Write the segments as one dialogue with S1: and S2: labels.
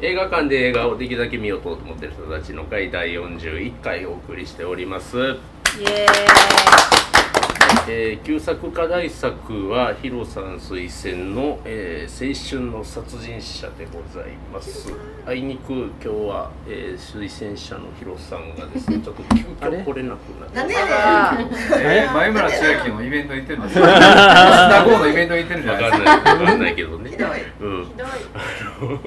S1: 映画館で映画をできるだけ見ようと思ってる人たちの会第41回お送りしております、
S2: イエ
S1: えー旧作課題作はヒロさん推薦の、えー青春の殺人者」でございますあいにく今日は、えー推薦者のヒロさんがですねちょっと急
S3: あれ
S1: 遽来れなくなって
S4: なんで
S2: ーイ
S4: や
S2: だ
S4: ね
S2: から
S3: え
S5: 前村千秋のイベントに行ってるんですよ。吉田剛のイベントに行ってるんじゃ
S1: わ
S5: ないで
S1: かんないわかんないけどね
S4: ひどい
S1: うん
S2: ひどい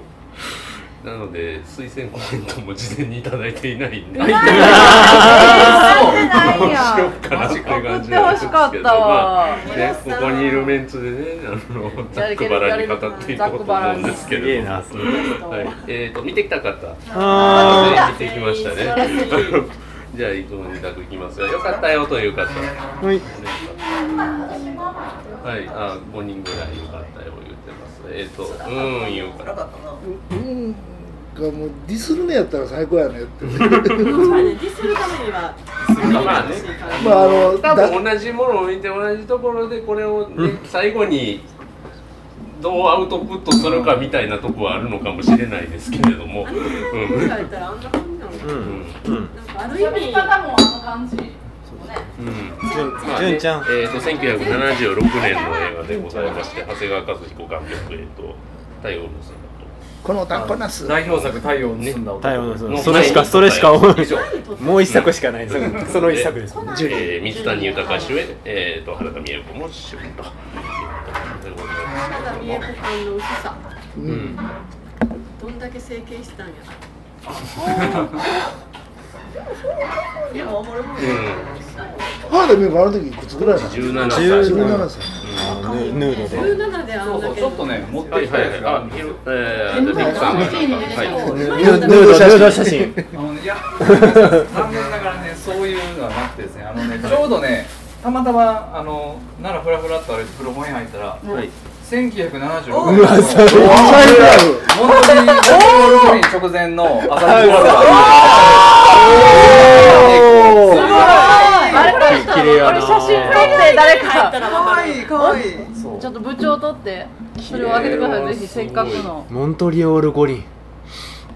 S1: なので推薦コメントも事前にいただいていないんで
S2: なんで
S1: どう
S2: な
S1: し
S2: い
S1: よ
S2: よ
S1: うかなって
S2: 送
S1: 感
S2: っ
S1: じ
S2: て
S1: なん
S2: ほ
S1: ですけど
S2: しかった
S1: まあ
S2: わ
S1: ね、ここにいるメンツでね、あのざっくばらんに語っていこうと思うんですけ
S3: すげえ
S1: れども、
S3: な。
S1: はい、えっ、と見てきた方、
S3: あ
S1: 見てきましたね。じゃあいつも二択いきますが、よかったよという方、ね
S3: ー。はい。
S1: はい、あ五人ぐらいよかったよ言ってます。えっ、と、うーんよか
S4: 辛
S1: った。
S4: かったな
S6: うんがもうディスるねやったら最高やねって
S5: す
S2: ディスるためには
S1: まあね。
S6: まああの
S1: 多
S6: だ
S1: 分同じものを見て同じところでこれを、ね、最後にどうアウトプットするかみたいなとこはあるのかもしれないですけれども、うん
S2: 書いたらあんな感じなの
S1: うん
S3: う。
S1: ん
S3: うん。
S2: なんかある
S7: 喋
S2: 意味
S7: り方もあの感じ。
S1: うん
S3: じゅんじゅんちゃん。
S1: えー、と1976年の映画でございまして長谷川和彦監督、えー、と太陽の姿
S6: このタンパナス
S5: 代表作太陽を盗んだ
S3: 太陽
S5: 男。
S3: の
S1: の
S3: それしかそれしか思う
S1: 以上
S3: もう一作しかない。そその一作です。
S1: と、えー、水谷豊主演、えー、と原田美枝子も主演ということでございます
S2: ただ見え子さんの薄さ
S6: う
S1: うんん
S2: どんだけ整形したんや
S4: いやおもろいもんね
S6: ハード見ばあの時いくつぐらいなの
S1: 17歳
S6: 17歳
S3: あーヌヌードで。
S2: 17であ
S5: そ
S2: ん
S5: うそ
S2: だ
S5: う、
S2: け
S5: ちょっとね、持って
S1: はい
S5: き
S1: は
S5: た
S1: い
S5: やつがあ
S1: あ
S5: るんです
S1: ひ
S5: よ。
S1: ろえー、ビッグさんはい
S3: ヌ
S2: 今
S3: ー
S2: や
S3: ド
S2: だ
S3: ヌードヌード写真。
S5: あのね、いや、残念ながらね、そういうのはなくてですね、あのね、ちょうどね、たまたま、あの、ならふらふらっとあれ、プロ本屋入ったら、
S1: はい
S5: 1976年の、
S6: めっちゃいいやろ
S5: 本当に、ジャック・ボールグリーン直前の朝日ドラ
S3: おお。
S2: あれこれ
S3: 綺麗やな。
S7: 写真撮って誰か。
S4: かわいいかわいい
S5: マそう
S7: ちょっと部長撮って。それをあげてください。ぜひせっかくの。
S3: モントリオール五輪。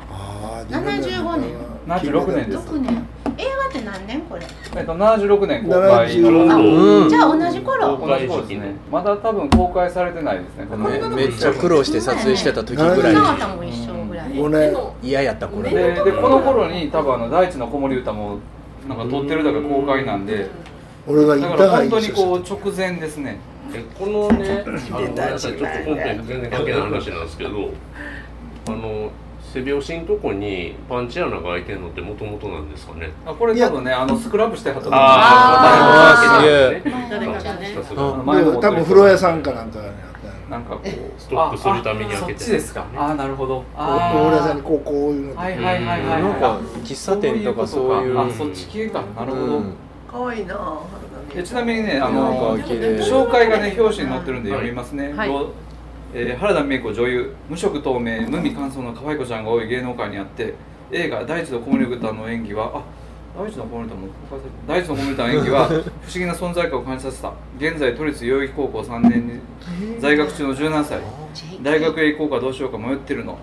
S6: あー
S4: 75年
S5: 76年です
S4: 6年映画って何年これ
S5: えっと、76年公開の
S6: 76
S3: うん
S4: じ。ゃあ同じ頃
S5: 同じ頃ですねまだ多分公開されてないですねこの映画
S3: めっちゃ苦労して撮影してた時ぐ
S6: は
S3: ら
S6: い
S3: い
S4: なかったもん一緒ぐらい
S6: 5年
S3: 嫌やった頃。
S5: ででこの頃に多分あの大地の子守歌もなんか撮ってるだが公開なんで
S6: 俺が
S5: だ
S6: 行
S5: か
S6: った
S5: ら
S6: がい
S5: 本
S6: い
S5: 当に
S6: 人
S5: こう直前ですね
S1: えこのね、あのごめんなさい、ちょっと本編と全然関係ない話なんですけど、あの背拍子のとこにパンチ穴が開いてるのってもともとなんですかね。
S5: あこれ多分ねあのスクラップしてはったと思
S3: あー
S1: ー
S2: 誰かがね
S1: さすが
S5: うん
S6: でも多分風呂屋さんかなんかにあったんや
S5: なんかこう
S1: ストックするために開けて
S5: ああそっちですかああなるほどあ
S6: 風
S5: ー
S6: 呂屋さんにこうこういうの
S5: はいはいはいはい
S3: なんか喫茶店とかそういう。
S5: あそっち系かなるほど、
S3: うん
S4: かわいいなぁ
S5: でちなみにねあ
S3: なん
S5: の
S3: か綺麗
S5: 紹介がね表紙に載ってるんで読みますね、
S7: はい
S5: ろえー原田美恵子女優無色透明無味乾燥の可愛い子ちゃんが多い芸能界にあって映画「大地の子守歌」の演技はあ大地の子守歌も公開された大地の子守歌の演技 は不思議な存在感を感じさせた現在都立代々木高校3年に在学中の17歳大学へ行こうかどうしようか迷ってるの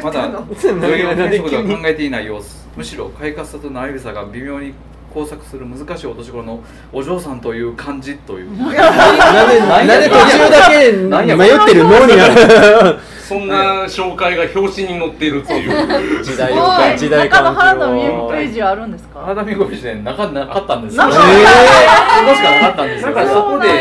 S5: ま だ代々木転職では考えていない様子 むしろ快活さとナイルさが微妙に交錯する難しいお年頃のお嬢さんという感じ という
S3: なんでなんで途中だけ迷ってる脳になる。
S1: そんな紹介が表紙に載ってるっていう。
S3: 時
S7: す
S3: 代を
S7: ご
S3: 感
S7: い。
S3: 時代
S7: 中の
S3: 感
S7: 原田
S3: を
S7: 美恵子ページはあるんですか。
S5: 体見込みしてなかなかったんです
S7: な
S5: よ。
S7: か
S5: こ
S7: っ
S5: こ
S7: た
S5: しかなかったんですよ。
S1: なんかそこで、ね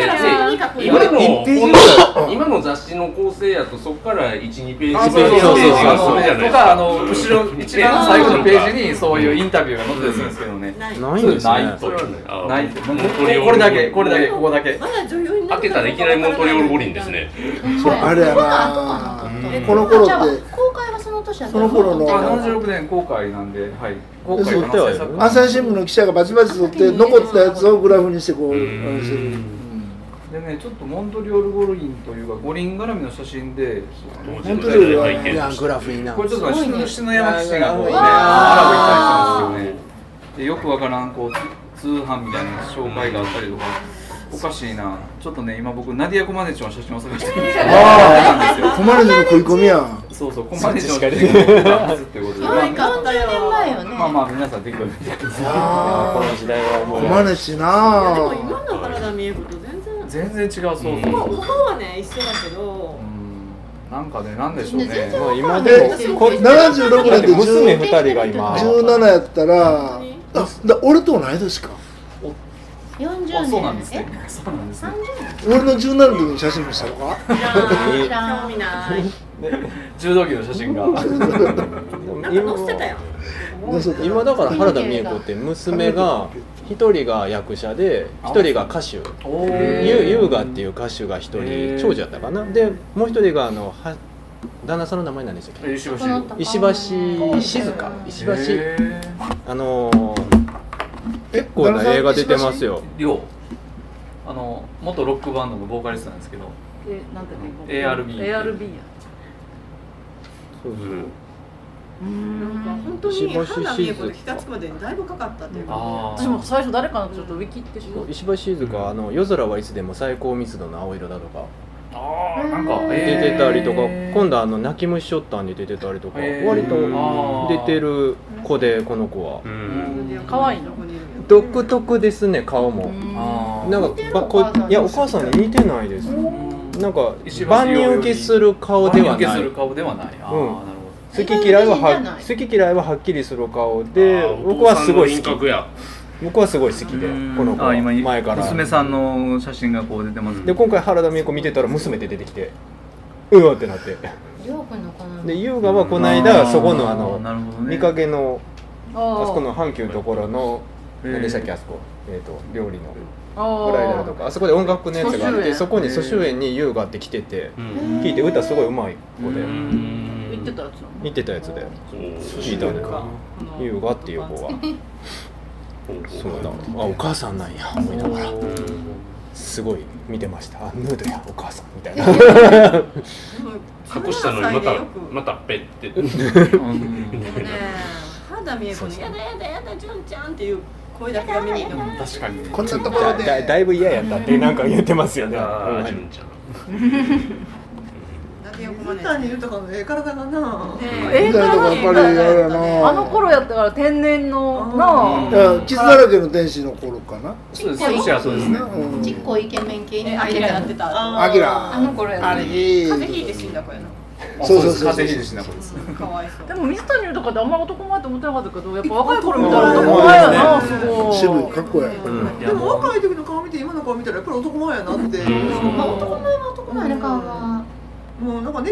S1: 今のこの今の雑誌の構成やとそこから12ページ
S5: あ
S1: 1
S5: そうそう
S1: ページ
S5: そ
S1: のページ
S5: うそう
S1: がそれじゃない
S5: と
S1: です
S5: かあ
S1: か。
S5: の後ろ一番最後の ページにそういうインタビューが載ってたりするんですけどね。
S2: ない
S3: ないんですね。
S5: ない
S1: それはねあ
S5: ないってもう
S1: モントリオール
S5: これだけこれだけここだけ。
S2: まだ女優にな
S1: 開けたらいきなりモントリオール五輪ですね。
S6: そうあれやなぁこの頃
S4: じゃあ
S6: って
S4: 公開はその年やった
S6: その頃の
S5: あ76年公開なんではい公開
S6: そう
S5: 可能性作
S3: うん
S6: 朝日新聞の記者がバチバチ取って残ったやつをグラフにしてこう
S1: う
S6: あれしてる
S1: ん
S5: でねちょっとモントリオール五輪というか五輪絡みの写真で
S1: 当時
S6: 本
S1: の
S6: 当だ
S1: 時
S6: よ
S1: 代背景
S3: い
S1: と
S3: や
S1: して
S3: グラフいいな
S5: これちょっとね、
S7: すごいね
S5: 下の山口がこうね、
S3: うわー
S5: アラブ行ったりしたんですよね。で、よくわからん、こう、通販みたいな紹介があったりとか。おかしいなちょっとね今僕ナディア・コマネチの写真を探してるんです
S6: ああ、コマネチの食い込みやん。
S5: よそうそうコマネチの写真を撮ったはずってことで
S2: 可愛
S5: ま
S2: かったよ。
S4: 年前よね。
S5: あまあ皆さんできる見てください
S6: あ
S3: この時代はも
S6: コ
S3: う
S6: マネチな
S2: や
S6: い
S2: でも
S6: あ。
S2: 今の体見えると全然。
S5: 全然違うそうそう、
S1: うん
S2: ここはね一緒だけど
S5: う。んなんかねなんでしょうね
S3: もう今でも
S6: え、こ76
S3: だ
S6: 年
S3: って
S6: で
S3: 娘二人が今
S6: 17やったら、あだ俺と同い年か。
S4: 40
S5: あ
S4: 年。
S5: そうなんですね そうなんですね
S6: 俺の17の時の写真見せたのか
S2: いやー
S4: いらん
S2: 興味ない。
S5: 柔道着の写真が
S2: なんか載せてたよ。
S3: 今だから原田美恵子って娘が一人が役者で一人が歌手
S5: おー
S3: ゆ優雅っていう歌手が一
S5: へ
S3: 人
S5: ー
S3: 長女やったかなでもう一人があのは旦那さんの名前何でしたっけ
S5: えしばし
S3: 石橋静香石橋
S5: へー
S3: あのー、結構な映画出てますよ
S5: りょうあの元ロックバンドのボーカリストなんですけど
S7: え、なんだっけ
S5: ARB
S7: ARB や。
S1: うん
S2: なんか本当に花見えこと気がつくまでにだいぶかかったっていうか。
S7: 私も最初誰かなってちょっとウィキってしょ。
S3: 石橋静香あの「夜空はいつでも最高密度の青色だ」とか
S5: あーなんか
S3: 出てたりとか今
S5: 度
S3: 度あの「泣き虫ショッター」に出てたりとか
S5: へー
S3: 割と出てる子でこの子は
S1: うん
S7: 可愛いの
S2: の。
S3: 独特ですね顔も
S5: あー
S3: なんか
S4: 似てる
S3: ばこ
S4: お母さん
S3: いやお母さんに似てないです
S5: うん
S3: なんか
S5: 石橋
S3: 万人受けする顔では
S5: 万人受
S3: な
S5: けす
S3: い
S5: る顔ではないあー
S3: うん
S5: なる
S3: 好き嫌いは
S4: 一般的じゃ
S3: は
S4: ない
S3: 好き嫌いははっきりする顔で
S1: あー
S3: 僕はすごい
S1: お父さんの輪郭
S3: 好き
S1: や
S3: 僕はすごい好き
S5: ほ
S3: で
S5: うん
S3: この子
S5: あー今に
S3: 前から
S5: 娘さんの写真がこう出てます
S3: で今回原田美恵子見てたら娘で出てきてうわってなって
S4: りょうくんのこの。
S3: で優雅はこの間そこのあ
S5: ーな
S3: の
S5: るほどね
S3: 見かけの
S7: あ
S3: あ
S7: あ
S3: そこの阪急のところの
S5: えー
S3: 何でしたっけあそこえっと料理のブライダルと
S7: あ
S3: かあそこで音楽のやつがあっ
S7: 蘇州
S3: て
S7: 園
S3: そこに蘇州園に優雅って来てて
S1: うん
S3: 聞いて歌すごいうまい子で
S7: あ。言ってたやつなの。
S3: 見てたやつで聞いたのか優雅っていう子がそうだあお母さんなんや思いながらすごい見てましたあヌードやお母さんみたいな
S1: 隠したのにまたまたペッ て
S5: うん
S2: ね肌見えこのやだやだやだ純ちゃんっていう声だけが耳に残る。
S5: 確かにね
S6: こんなところ
S3: だだ
S6: で。
S3: だいぶ嫌やったってなんか言ってますよね
S1: ああ
S3: うん
S1: 純ちゃん
S2: だけよくまね。
S4: いるとかのええ体だな
S2: ね
S7: え
S6: みたいなとこやっぱりあれやな。
S7: あの頃やったから天然の
S5: う
S7: なあ
S5: ん。
S6: だから傷だらけの天使の頃かな。
S5: そうです少し後ですね
S6: うん
S4: ちっこいイケメン系に。
S2: え、アキラやってた。
S6: アキラ
S4: あの頃やな。
S6: あれいい。
S2: 風邪ひいて死んだ子やな。
S6: そうそうそう
S5: 風邪ひいて死んだ子です
S2: かわいそう。
S7: でも水谷とかってあんま男前と思ってなかったけどやっぱ若い頃見たら男前やなすごい
S6: 渋いかっこえ
S5: でも若い時
S4: まあ男前は男前の顔が。
S7: うんね
S6: え。め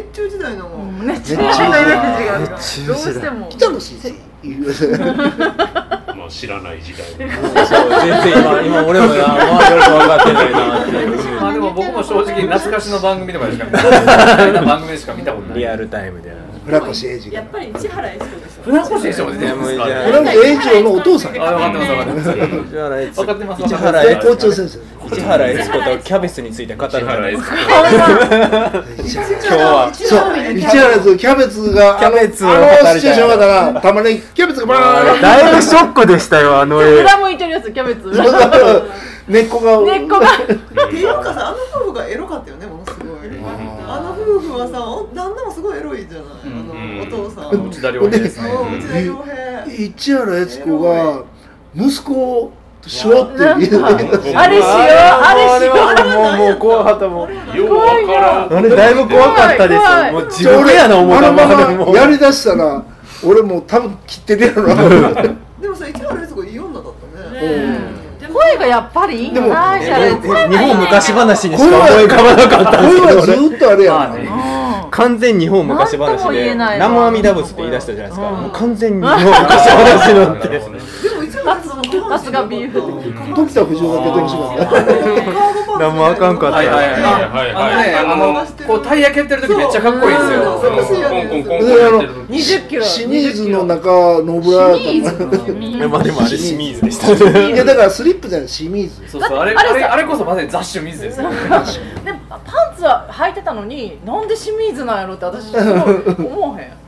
S6: っちゃいい。めっち
S7: どうしても
S6: 北野先生。言う
S1: まあ知らない時代
S3: そう全然今今俺もなまあよく分かってないなって
S5: まあでも僕も正直懐かしの番組とかでしか見 たことない番組でしか見たことない
S3: リアルタイムで
S6: 村越英二
S2: やっ
S6: が。
S2: ぱり市原悦子でしょ。
S5: 船越でしょ出てますか
S3: いや
S5: ら
S3: もうじ
S6: 村
S3: ゃあ
S6: 越英二郎のお父さん。
S5: あ分かってます分かってます
S3: 市原悦
S5: 分かってます
S3: 市原
S6: 絶
S3: 悦
S6: 好調先生。
S3: 子市原悦子とキャベツについて語る
S1: 千原
S3: 話
S1: です
S3: 今日は
S6: そう、市原とキャベツが、
S3: キャベツを
S6: あ
S3: 語
S6: の
S3: りたい
S6: あのシチュエーションがだから、たまにキャベツがバーン
S3: だいぶショックでしたよあの
S7: 裏向いてるやつキャ ベツ裏向いて
S6: 根っこが。
S7: る根っこが
S8: っていうかさあの夫婦がエロかったよねものすごいあの夫婦はさお旦那もすごいエロいじゃない、
S1: うん
S8: あのお父さん、
S5: 内田良平ですね
S8: そう内田洋平
S6: 市原悦子が、息子としようっていう。
S7: あれしようあれしよう
S3: もうもうもう怖かったもう
S1: ようわからん
S3: あれだいぶ怖かったです
S7: 怖い怖い
S3: もう自分でやな思う
S6: あ
S3: た
S6: の
S3: ま
S6: ま
S3: もう
S6: まやりだしたら、俺もう多分切ってるやろな。
S8: でもさ市原悦子いい女だったね
S7: 声がやっぱりいいよな
S3: え
S7: シ
S3: え
S7: ャレうん
S3: え日本昔話にしか思い浮かばなかったんです
S6: 声は
S3: けど俺
S6: ずっとあれや
S5: まあ
S6: ん。
S5: ね
S3: 完全日本昔
S7: なんと
S3: 話
S7: も言
S3: で
S7: えない
S3: 南無阿弥陀仏って言い出したじゃないですか
S7: うん
S3: もう完全に日本昔話のって
S8: でも市原悦子の下半身
S7: さすがビーフ
S6: 時田不二夫が出てきまった。
S3: 何もあかんかった
S5: はいはいはい
S1: はいはい
S5: あのねあのこうタイヤ蹴ってる時めっちゃかっこいいですよ
S8: そうそう
S1: コンコンコンコンやってる
S7: 20キロ
S6: シニーズの中、野村やったもん
S3: でもあれ清水でしたね
S6: いや、だからスリップじゃない、清水。
S5: そうそうあれあれあれこそまさに雑種水ですよ
S7: でパンツは履いてたのになんで清水なんやろって私すごい思わへん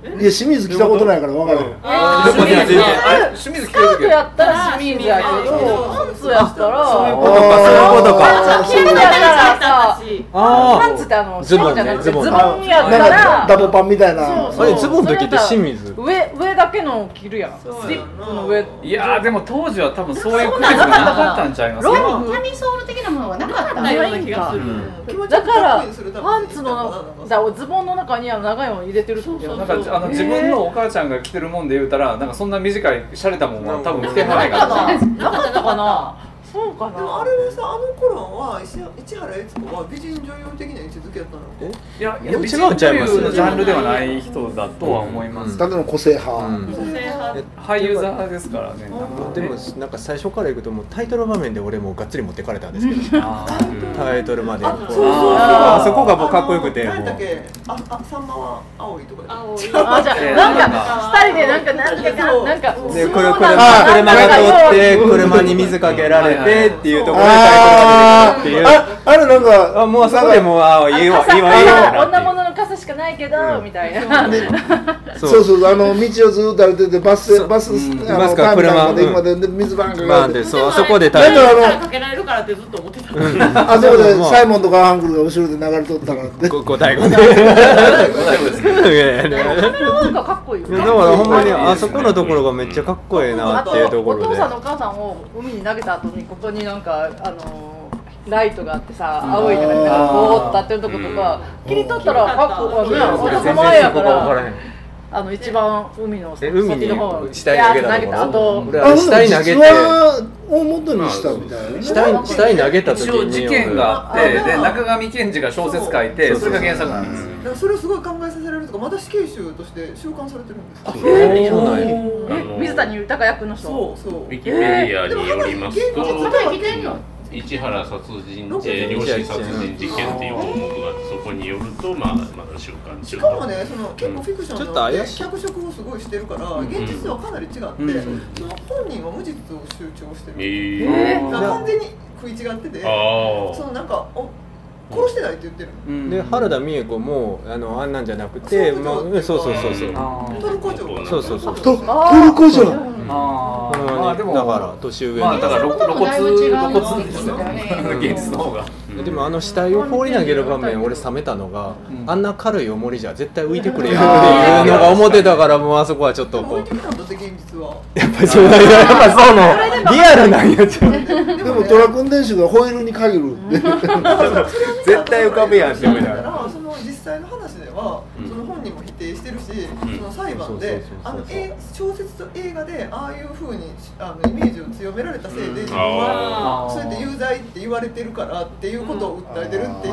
S6: いや、清水来たことないから分からへん。
S5: あーでもね全然あれ清水着て
S7: スカ
S5: る
S7: ート
S5: 時
S7: やったら清水やけ
S2: あ
S7: ど
S2: ー
S7: パンツツやったら
S3: そういう
S7: パ
S3: ことかそういうことか
S7: ンツやったらさ
S3: あ
S7: パンツってあの
S3: ズボンね
S7: ショートじゃなくて
S3: ズボン
S7: ズ
S3: ね
S7: ボンやった
S6: なんからダボパンみたいな
S3: あれズボンの時って清水
S7: それだ上上だけの着るやんスリップの上
S5: いやーでも当時は多分そういう区別がなかったんちゃいます
S7: ロ
S5: か
S7: ング
S4: ミソール的なものはなかった
S2: なような気がする。
S8: 気持ち
S7: だ
S8: よく
S7: か
S8: かっ
S7: ら
S8: こいいするために
S7: パンツのだズボンの中にあの長いのを入れてるってこと
S5: なんかあの自分のお母ちゃんが着てるもんで言うたらなんかそんな短い洒落たもんは多分着てないから
S7: なかったかなそうか
S8: でもあ
S7: な
S8: れはさあの頃は石市原悦子は美人女優的な位置づけやったの
S5: いやい
S3: い
S5: や
S3: や違うん
S5: 美人女
S3: ちゃいます
S5: 優のジャンルではない人だとは思います、
S6: ただの個性
S3: あ、う
S6: 派
S3: ん
S2: 個性派。
S5: 俳優座ですからね
S3: でもなんか最初からいくともうタイトル場面で俺もうがっつり持ってかれたんですけど、
S5: あー
S3: タイトルまで
S8: あ
S3: こ
S8: そうそうそう
S3: あーそこがもうかっこよくて
S8: あの
S3: も
S8: 何だっ
S3: う
S8: けああさんまは青いとかやった
S2: 青い。
S7: あじゃあ
S5: えー
S7: なん
S5: なん
S7: か
S5: か
S7: 二人でなんかなんかかなんか
S3: で
S7: 相
S3: これ
S7: 撲
S3: これ
S7: な
S3: 車が
S7: んかなんか
S3: 通って
S7: よう
S3: 車に水かけられてっていうところでタイ
S6: あ
S3: トルが出てくるっていう
S6: ーああれなんか
S3: あもうそこでもうあいいわいいわいい
S7: 傘
S3: わ
S7: 女物の傘しかないけどみたいな
S3: そう
S6: そうそうあの道をずっと歩いててバス
S3: そう
S6: バス
S5: うん
S6: あ
S3: バ
S6: の
S3: スか
S6: ターミナルまで
S3: 車
S6: 今でで水バンか
S3: ま
S6: か
S3: あ
S6: って
S3: でそうあそこでタイ
S6: だか
S3: トル
S6: らあ
S2: かけられるからってずっと思ってた。
S6: のあそこで
S3: まあ
S6: サイモンとかアンクルが後ろで流れとったからって
S3: ごご 対応でいやいやいや
S7: カメラワークはかっこいいよ
S3: だからほんまにあそこのところがめっちゃかっこええな
S7: あ
S3: っていうと
S7: と
S3: こ
S7: お
S3: ろで
S7: 父さんのお母さんを海に投げた後にここになんかあのーライトがあってさ青いのがなんかボーっと立ってるとことか切り取ったらかっこいい
S2: うん
S7: 男前やから
S3: へん
S7: あの一番海の
S3: え海
S7: 先
S3: に
S7: の方
S3: 死体投げた
S7: いやー投げた後
S3: 俺
S6: あ
S3: あれ
S6: ほん
S3: 死
S6: なら実
S3: 体投げて
S6: 話を元にしたみたいなね
S3: 死体死体投げた時
S5: 一応
S3: に
S5: 事件があってで中上賢治が小説書いてそれが原作なんです
S8: だからそれをすごい考えさせられるとかまた死刑囚として収監されてるんですよ
S3: そうなんや
S7: え水谷豊役の人
S8: そうそう
S1: ウィキペディア
S8: でも
S1: によりますと、
S8: 花火現実
S1: 市原殺人、えー、両親殺人事件っていう項目があってそこによると、まあ、まだ週刊中
S8: しかもねその結構フィクション
S3: ちょっと怪しい
S8: 脚色をすごいしてるから
S5: うん
S8: 現実とはかなり違って、
S5: ん
S8: その本人は無実を主張して
S1: え
S8: る、
S1: ー、
S8: だから完全に食い違ってて
S1: あ
S8: そのなんかお殺してないって言ってる
S3: で原田美恵子もあのあんなんじゃなくて
S8: そう
S3: まあうんそうそうそうそう
S8: トルコ城
S3: そうそうそう
S6: とト
S7: あー
S6: ルコじゃん
S5: あ
S3: ほんまに
S5: まあでも
S3: だから年上
S5: まあ
S3: の
S5: だから露露骨露骨ですよね
S4: うん
S5: 現実の方が
S1: あ
S3: でもあの死体を放り投げる場面俺冷めたの
S5: う
S3: が、
S5: ん
S3: あんな軽い重りじゃ絶対浮いてくれよっていうのが思ってたからもうあそこはちょっとこ
S8: 置いうてきたんだって現実は
S3: やっぱそうなんややっぱそうのリアルなんやちゃう
S6: でもトラック運転手がホイールに限るって
S3: 絶対浮かぶやんって思いなが
S8: だ
S3: ら
S8: からその実際の話では、
S1: うん
S8: その本人も否定してるし、
S1: ん
S8: その裁判
S3: そうそう
S8: で
S3: そうそう
S8: あの映小説と映画でああいうふうにあのイメージを強められたせいで、自分は
S5: あー
S8: それで有罪って言われてるからっていうことを訴えてるっていう話が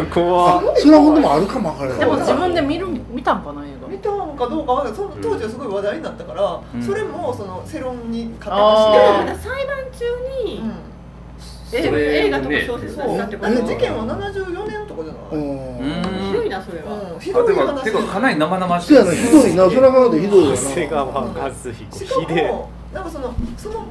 S3: あ
S8: っ
S3: ー怖っ
S6: そんなこともあるかもわからない
S7: でも自分で見る見たんかな映
S8: て見たのかどうかはその当時はすごい話題になったから、
S5: うん
S8: それもその世論に勝
S7: あ
S8: 手
S7: ー
S8: 出して、
S2: 裁判中に
S8: うん、
S1: それ
S2: 映画とか
S1: ね
S2: 小説
S8: そう
S2: だ
S8: だ
S2: っ
S8: ってて
S2: こ。
S8: ことれ
S2: ひ
S8: 事件は74年とかじゃ
S6: う
S8: ない、
S6: ん
S2: どいなそれは。
S8: うん、ひ
S5: あ
S8: ど
S5: て
S8: い
S5: か
S8: 話
S5: てかかなり生々しい
S6: そうやなひどいなそれはでひどいよ
S3: 長谷
S6: な
S3: 川和彦
S8: し
S3: ひ
S8: か
S3: で
S8: もなんかそのその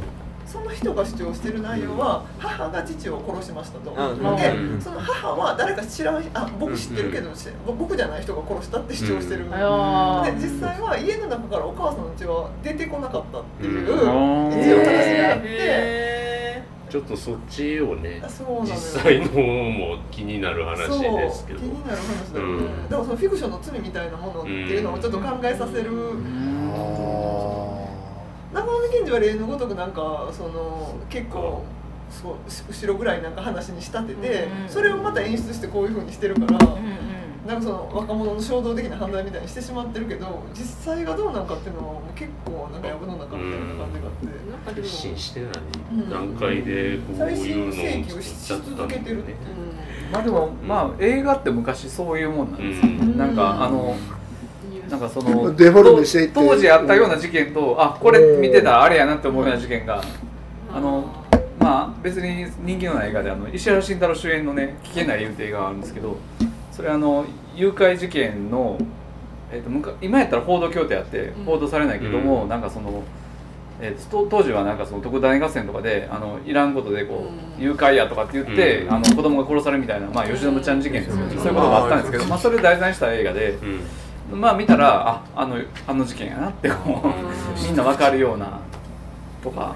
S8: その人が主張してる内容は母が父を殺しましたと、
S3: うん
S8: で、
S5: うん
S8: その母は誰か知らんあ僕知ってるけど、し僕じゃない人が殺したって主張してる、
S7: あ
S8: で
S7: のー
S8: 実際は家の中からお母さんの血は出てこなかったっていう、
S1: う
S8: 一
S1: ん
S8: 応話があって、
S2: へ
S1: ちょっとそっちをね
S8: あそうなのよ
S1: 実際の方も気になる
S8: そ
S1: 話
S8: う
S1: ですけ
S8: 気
S1: ど
S8: になる話だけど、
S1: うん
S8: でもそのフィクションの罪みたいなものっていうのをちょっと考えさせる、中野賢治は例のごとくなんかその結構そう後ろぐらいなんか話に仕立てて、
S7: うん
S8: それをまた演出してこういうふうにしてるから、
S7: うんうん
S8: なんかその若者の衝動的な犯罪みたいにしてしまってるけど実際がどうなんかっていうのはもう結構なんか藪の中みたいな感じがあって。
S2: え。なんか
S1: 発
S2: でも。
S1: 信してない
S8: うん
S1: 段階でこう
S8: 最
S1: い
S8: 新請
S1: う
S8: 求
S1: の
S8: を
S1: を
S8: し
S1: 作っちゃ
S8: 続
S1: ったん
S8: け
S1: だ
S8: て
S1: よ
S8: るってい
S1: ね
S8: う、
S5: まあでもまあ映画って昔そういうもんなんですよ、
S1: うん
S5: なんかあのなんかその
S6: デフォルメしていって
S5: 当時あったような事件とあこれ見てたらあれやなって思うような事件があのまあ別に人気のない映画であの石原慎太郎主演のね「危険な理由」って映画があるんですけどそれあの誘拐事件の、えっとむか今やったら報道協定あって報道されないけども、
S1: うん
S5: なんかその。えーと当時はなんかその特大合戦とかであのいらんことでこう、誘拐やとかって言って、
S1: うん
S5: あの子供が殺されるみたいな、まあ、吉野ちゃん事件ですよね、
S1: うん
S5: そういうことがあったんですけど、まあ、それを題材にした映画で、
S1: うん
S5: まあ見たらああのあの事件やなってこうみんなわかるようなとか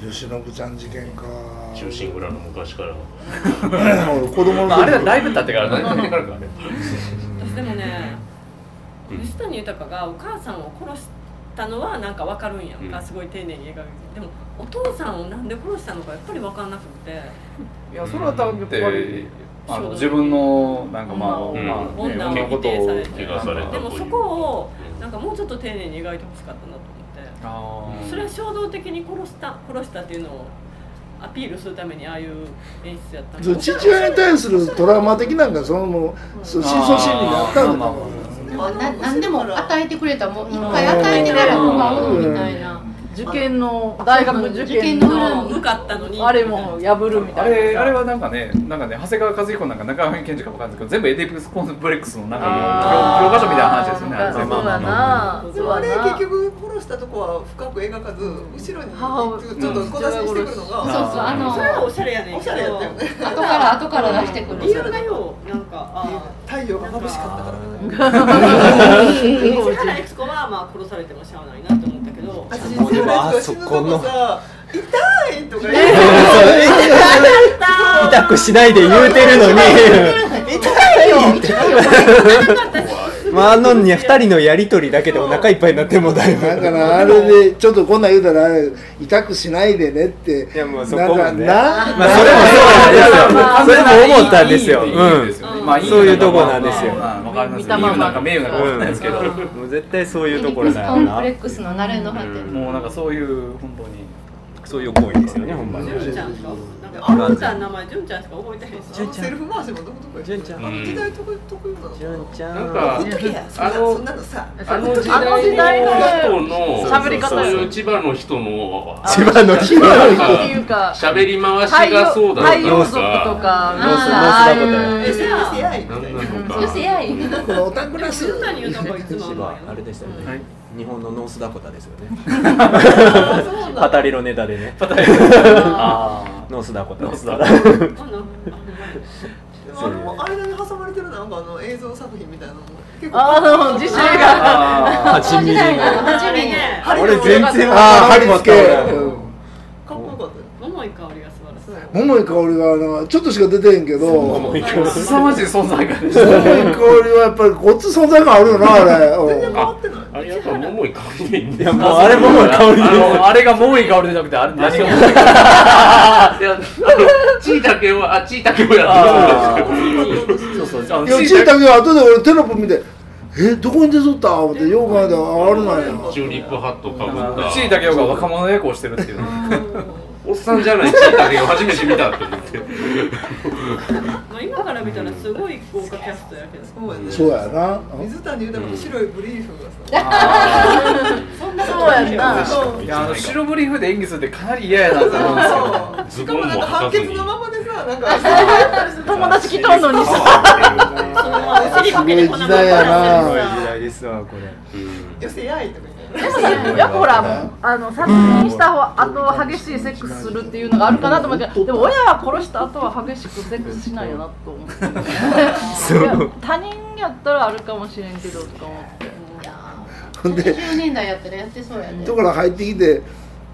S6: 吉野ちゃん事件か
S1: 中心蔵の昔から
S6: 俺 子供
S5: ま
S6: の
S5: あ、あれは
S6: 時
S5: だいぶ経ってからだいぶ経ってからかね
S2: 私でもね
S1: うん
S2: 水谷豊がお母さんを殺したのはなんか分かるんやんか、
S1: うん
S2: すごい丁寧に描くでもお父さんをなんで殺したのかやっぱり分かんなくて
S5: いやそれは多分やっぱりあの
S2: そう
S5: 自分のなんかまあ、
S2: うん
S5: まあね
S2: 女を
S5: 女のこと
S2: 否
S5: を
S2: 定されて
S5: な
S1: 怪
S5: んか
S1: 我され
S2: で
S1: た
S2: もそこをなんかもうちょっと丁寧に描いてほしかったなと思って
S5: あー
S2: それは衝動的に殺した殺したっていうのをアピールするためにああいう演出やった
S6: そう父親に対するトラウマ的なんかそのもうそう深層心理があったんだと思う
S4: まあな何でも与えてくれたもう一回与えてから子が産むみたいな
S7: 受験の大学受験
S4: 受験
S7: の
S4: の
S2: 向かったのに
S7: あれも破るみ
S5: あ
S7: たいな
S5: れあれはなんかね、なんかね、長谷川和彦なんか中上健二かわかんないですけど、全部エディプスコンプレックスの中の
S7: あー
S5: 教教科書みたいな話ですよね。あれ
S7: そう
S5: 全部
S7: だな
S8: で
S7: そう
S8: もあれ
S7: だな
S8: 結局殺したとこは深く描かず後ろにちょっと小出しにしてくるの
S4: そう
S8: が
S4: そうあ
S2: それは
S4: の
S2: おしゃれやねん
S8: お
S2: け
S8: し
S2: ど
S8: ゃれやったよね
S4: 後から後から出してく
S2: 理由
S4: る
S2: がよなんかああ
S8: 太陽が眩しかったからみたいな
S2: 石原悦子はまあ殺されてもしゃあないなと思ったけど
S8: 私西村が死ぬと こさ痛いとか言って
S3: 痛くしないで言うてるのにまああのね二人のやりとりだけでお腹いっぱいになってもだいぶ
S6: だからあれでちょっとこんなん言うたらあれ痛くしないでねって
S3: いやもうそ
S6: な
S3: こ
S6: ん
S3: も
S6: か
S3: ね
S6: な
S3: まあそれもそうなんですよそれも思ったんですよ
S5: いいいい
S3: うん
S5: ですよね
S2: うん
S5: まあいい
S3: そういうとこなんですよ
S5: まあわかります
S7: 見たまんま
S5: なんか名誉なんかわかんないですけど、
S2: うん
S3: もう絶対そう
S4: エデ
S3: いうと
S4: ィ
S3: こ
S4: プ
S3: ろ
S4: ス
S3: だ
S4: コンプレ
S3: よな
S4: ックスのなれの果て
S1: うん
S5: もうなんかそういう本当に。
S3: そういう行為ですよねほんまに
S2: 純ちゃんしかなんかあんちゃんの名前純ちゃんしか覚えてへんし
S8: セルフ回しもどこどこや
S3: 純ちゃん
S8: あの時代得意得意なのか
S3: 純ちゃん
S1: なん
S8: あ
S1: か
S8: の時やそんなそんなのさ
S1: あの時
S7: あの時代の
S1: 代の人の
S7: 喋り方
S1: そう
S7: よ
S1: いう千葉の人の
S3: 千葉の人
S1: なん
S7: っ
S1: か
S7: ていうか
S1: 喋り回し
S7: 太陽
S1: がそうだ
S7: 太陽族と
S1: か
S7: か
S3: ロスロスだこ
S8: えセルフやいみ
S1: な
S8: た
S1: んない
S8: な
S1: の
S4: 女
S1: か
S4: 性愛
S6: このオタク
S2: で
S6: ラ
S2: も
S6: ス
S2: 純ちゃんに言うとこいつも
S3: 千
S2: 甘い
S3: 葉
S2: よ
S3: あれでしたよね、
S5: はい
S3: 日本のノースダコタですよね
S8: あそうなんだ
S3: パタリロネタでね
S5: あ
S3: ノースダコタです
S5: ノ
S3: か
S5: ー
S3: ら
S2: あなんか
S8: でもあの間に挟まれてるなんかあの映像作品みたいなのも結構
S7: あの自主
S5: あ。
S7: が
S5: あ
S4: 高校時代の初
S2: あれ
S4: めに
S2: ね
S8: あれ
S3: 俺全然
S6: ああ
S3: わ
S6: 貼
S3: か
S6: り
S3: んなかっ
S6: 付
S3: た
S6: け
S3: 俺
S6: うん
S8: かっこよかったよ
S2: 桃井香りが素晴らしい
S8: そうや
S6: 桃井香りがあのちょっとしか出てへんけど桃井香
S5: あ。凄まじい存在感でし
S6: り
S5: た。
S6: はやっぱりごっつ存在感あるよなあれうん
S8: 全然回ってない
S1: あれやっぱ桃井香りでいいん
S3: い
S1: だ
S3: や
S1: よ
S3: もうあれももう香り
S5: あのあれがもういい香りじゃなくてあれ何がもうい
S1: い
S5: い
S1: やあの地位だけをあ地位だけをやっ
S3: あ
S1: て
S3: ー
S5: そうそうあの
S6: いやちいたけど後で俺テロップ見て「えどこに出とった?」思ってよう考えたらあるなんや
S1: るチューリップハットかぶった
S5: シイタケオが若者役をしてるっていうね
S1: おっさんじゃない地位だけを初めて見たって思 って
S2: まあ今から見たらすごい豪華キャストやけど
S8: そうやね
S6: そうやな
S8: 水谷豊の白いブリーフがさ、
S2: そんな
S7: そうやんな
S8: そう
S5: いやあの白ブリーフで演技するってかなり嫌やなと思うんですよ
S8: そうしかもなんか判決のままでさなんか
S7: 友達来とんのにさ
S2: お尻かけてこんなもん
S6: すごい時代やな
S2: 撮られてる
S3: 代ですわこれ
S8: 寄せやいとか言って
S7: でもやっぱほらあの殺人した後は激しいセックスするっていうのがあるかなと思ってでも親は殺した後は激しくセックスしないよなと思って
S3: そ
S7: いや
S3: う
S7: 他人やったらあるかもしれんけどとか思って
S6: ほんで
S4: 80年代やったらやってそうやね
S6: だから入ってきて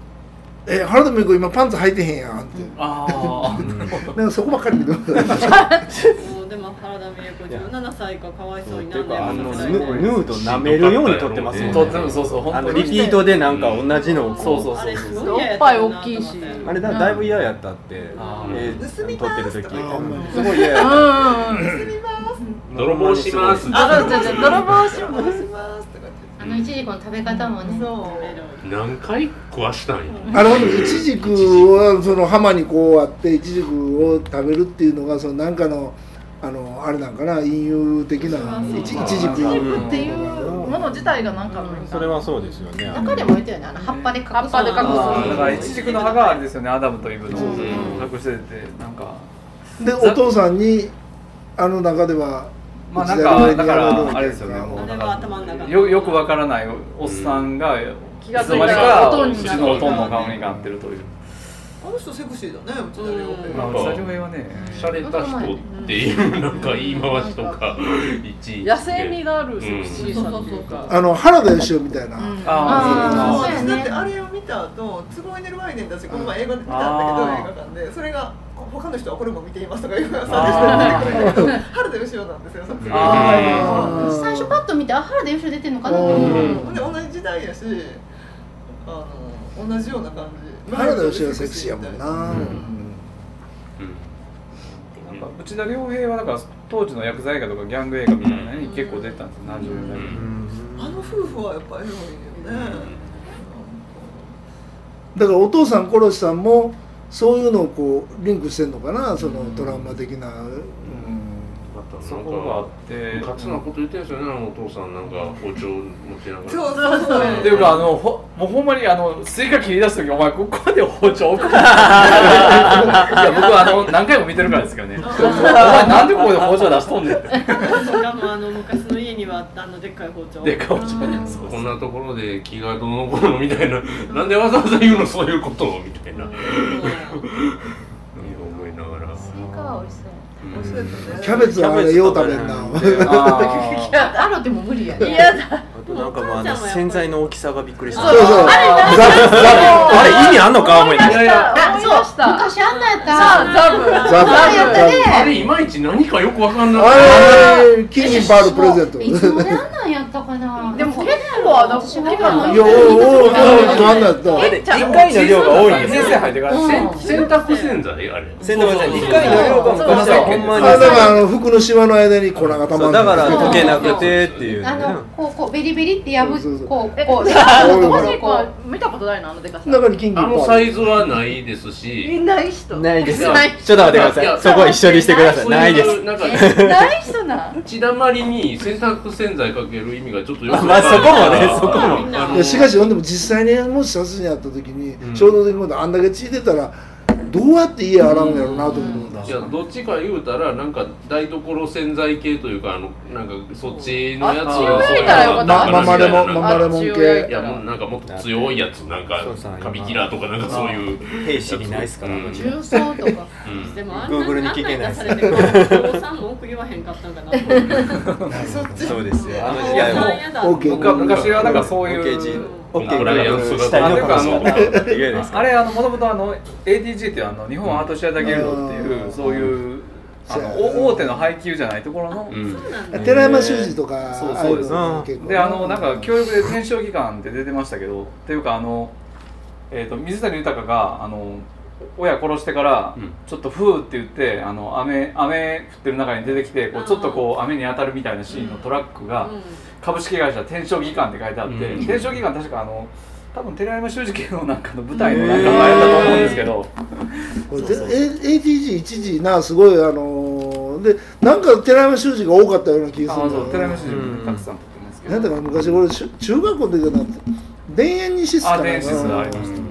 S6: 「え原田美子今パンツ履いてへんやん」って
S5: あ
S6: なんかそこばっかり見て た
S2: もうでも原田美恵子17歳かかわいそうにない
S3: てうん
S2: だ
S3: か
S2: よ
S3: あのヌ
S2: 私
S3: ヌード舐めるように撮ってます
S5: あ
S3: よ
S5: と
S3: ね
S5: そうそう
S3: あ
S5: 本
S3: の
S5: 当
S3: リ
S5: に
S3: ピートでなんか同じのをこ
S5: そうそう
S2: あれすごい
S7: お
S2: 嫌や
S7: っ
S2: った
S7: ぱい
S2: よ
S7: 大
S2: なと思
S7: き
S2: っ
S7: いして
S3: あれだだいぶ嫌やったって
S5: あー
S3: え
S8: 盗み
S3: 撮ってる
S8: 出す
S3: 時
S8: とか
S6: ほんまに
S3: すごい嫌やった
S7: うんうん
S1: 泥棒します
S7: あのじゃあじゃあ泥棒し
S8: お願いしますとか言って
S4: あのイチジコの食べ方もね
S8: そう
S1: 何回食わしたんや
S6: あのイチジクをその浜にこうあってイチジクを食べるっていうのがそのなんかのあのあれなんかな陰誘的なイチイチジク
S5: うん
S7: っていうもの自体がなんか
S3: それはそうですよね
S4: 中でも言ったよねあの葉っぱで隠す葉っ
S7: ぱで隠す
S5: あーだからイチジクの葉があれですよねアダムとイブの
S1: ん
S5: 隠しててなんか
S6: でお父さんにあの中では
S5: まあなん
S6: う
S5: か
S6: ちで
S5: だ
S6: や
S5: か
S6: られる
S5: らあれですよねもうなん
S2: あれは頭の中
S5: か
S2: の
S5: よよくわからないおっさんが
S7: 気が
S5: い
S7: つ
S5: つの
S7: い
S5: 間に
S7: たら
S5: か
S7: 音
S5: う
S7: に
S5: ち
S7: な
S5: のお
S7: る
S5: とんの顔になってるという
S8: あの人セクシーだね内田亮平
S5: まあ、内田良平はね、
S1: 洒落た人っていうなんか言い回しとかいちいち
S7: 野生味があるセクシーさっていうか、
S6: あの原田芳雄みたいな、
S5: あ
S4: あー
S5: あ、
S4: そうやね
S8: だってあれを見た後都合エネルワイデンたちこの前映画で見たんだけど
S5: あー
S8: 映画館でそれがこ他の人はこれも見ていますとかいう話でしてくれて原田芳雄なんですよ作品
S5: あ
S6: うん
S4: 最初パッと見てあ原田優秀出てんのかなと思って
S8: で同じ時代やしあの同じような感じ
S6: 原田芳雄はセクシーやもんな、
S5: うんなんか内田良平はだから当時の薬剤映画とかギャング映画みたいなのに結構出たんですよ何十年代に
S8: あの夫婦はやっぱエモいよね、
S6: だからお父さん殺しさんもそういうのをこうリンクしてんのかなそのトラウマ的な、うん
S1: またなんか
S5: そこがあって
S1: 部活なこと言ってるんですよねあのお父さんなんか包丁持ちながら
S8: そうそうそう
S5: っていうかあのほもうほんまにあのスイカ切り出す時お前ここで包丁置くのいや僕はあの何回も見てるからですけどねお前なんでここで包丁出しとんねんって
S2: かもあの昔の家にはあったあのでっかい包丁
S5: でかい包丁そう
S1: こんなところで気がどうのこうのみたいななんでわざわざ言うのそういうことをみたいな思いながら
S4: スイカは美味しそう
S6: キャベツはあれよう食べんな、
S5: あー
S4: やアロでも無理やね
S7: 嫌だ
S3: あとなんかまああの洗剤の大きさがびっくりした
S6: そうそう
S3: あれ意味あんのか思いながら
S1: いや
S7: 思い出した
S4: 昔あんなやった
S7: ザ
S4: ら
S7: ザブ
S6: ザブ
S4: ああやったね
S1: あれいまいち何かよくわかんな
S6: あれ金にパールプレゼント
S4: いつもであんなんやったかな
S7: でも結構あの
S4: 私わかんない
S6: いやおおおお何だった
S7: え
S3: 一回の量が多いんです
S5: 先
S3: よ
S5: 生入ってから
S4: うん
S5: 先
S1: い洗濯洗剤あれ
S3: 洗濯剤一回の量が昔はほんま
S6: あ
S3: に
S6: だからあの服のシワの間に粉がたま
S3: そ
S6: ん
S3: う
S6: ない
S3: だから溶けなくてっていう
S4: あのこうこうベリベリって破
S6: そうそうそう
S4: くこう
S7: え
S4: こう
S6: そういうの
S7: マジか見たことないなあのでかさ
S6: 中に金銀パ
S1: あ
S6: ール
S1: のサイズはないですし
S7: いない人
S3: ないですちょっ
S1: ない
S3: と待ってくださいそこ一緒にしてくださいないで
S1: そう
S3: す
S1: うなんか
S7: ない人な
S1: 血だまりに洗濯洗剤かける意味がちょっとよく
S3: まあそこもねそこ
S1: も
S6: いやしかしほんでも実際にもし殺人やった時に、
S1: うん
S6: 衝動的にことあんだけついてたらどうやって家洗うんやろうなと思うんだ、
S1: いやどっちか言うたらなんか台所洗剤系というかあのなんかそっちのやつ
S7: あ血抜いたらよかっ
S6: ま
S7: た
S6: ママレモン
S1: な
S6: ママレモン
S7: あ強い
S6: 系
S1: いやもうなんかもっと強いやつなんか
S3: そうそう
S1: カビキラーとかなんかそういう
S3: 兵士にないっすから
S1: うん
S3: 銃
S4: 重曹とか
S1: うん
S2: でもあん
S3: Google に
S2: な
S3: 聞けない
S2: あんなん出されてもお父さん文句言わへんかったんかなと思って
S3: そうですよあの時
S2: いや
S3: 代
S2: も
S3: も
S2: う
S6: OK
S5: 僕は昔はなんかそうい
S3: OK
S5: う
S3: 字
S1: コンプライアンスが
S3: したいのかもしれない
S5: なん
S3: 言えないです
S5: あ
S3: か
S5: れあのもともとあの ATG っていうあの日本アートシアターギルドっていううんそういうあのお大手の配給じゃないところの
S1: うん
S2: そうなんだ
S3: ん
S6: 寺山修司とか、
S5: そう
S6: ああい
S5: そうです
S6: のが結構
S5: であのなんか協力で天正機関って出てましたけどっていうかあの、えー、と水谷豊があの親殺してから
S1: うん
S5: ちょっと「ふー」って言ってあの雨雨降ってる中に出てきてこうちょっとこう雨に当たるみたいなシーンのトラックが株式会社天正機関って書いてあって、
S1: うん
S5: 天正機関確かあの多分寺山修司系のなんかの舞台のなんか前だと思うんですけど、
S6: これ ATG 一時なすごいあのーでなんか寺山修司が多かったような気が
S5: あ
S6: する
S5: の
S6: んだ
S5: 寺
S6: よ
S5: 山修司もたくさん撮ってますけど、
S6: なんだか昔俺しゅ中学校の時だな田園にシスか
S5: あ
S6: な
S5: 田園シスがありまし
S3: ね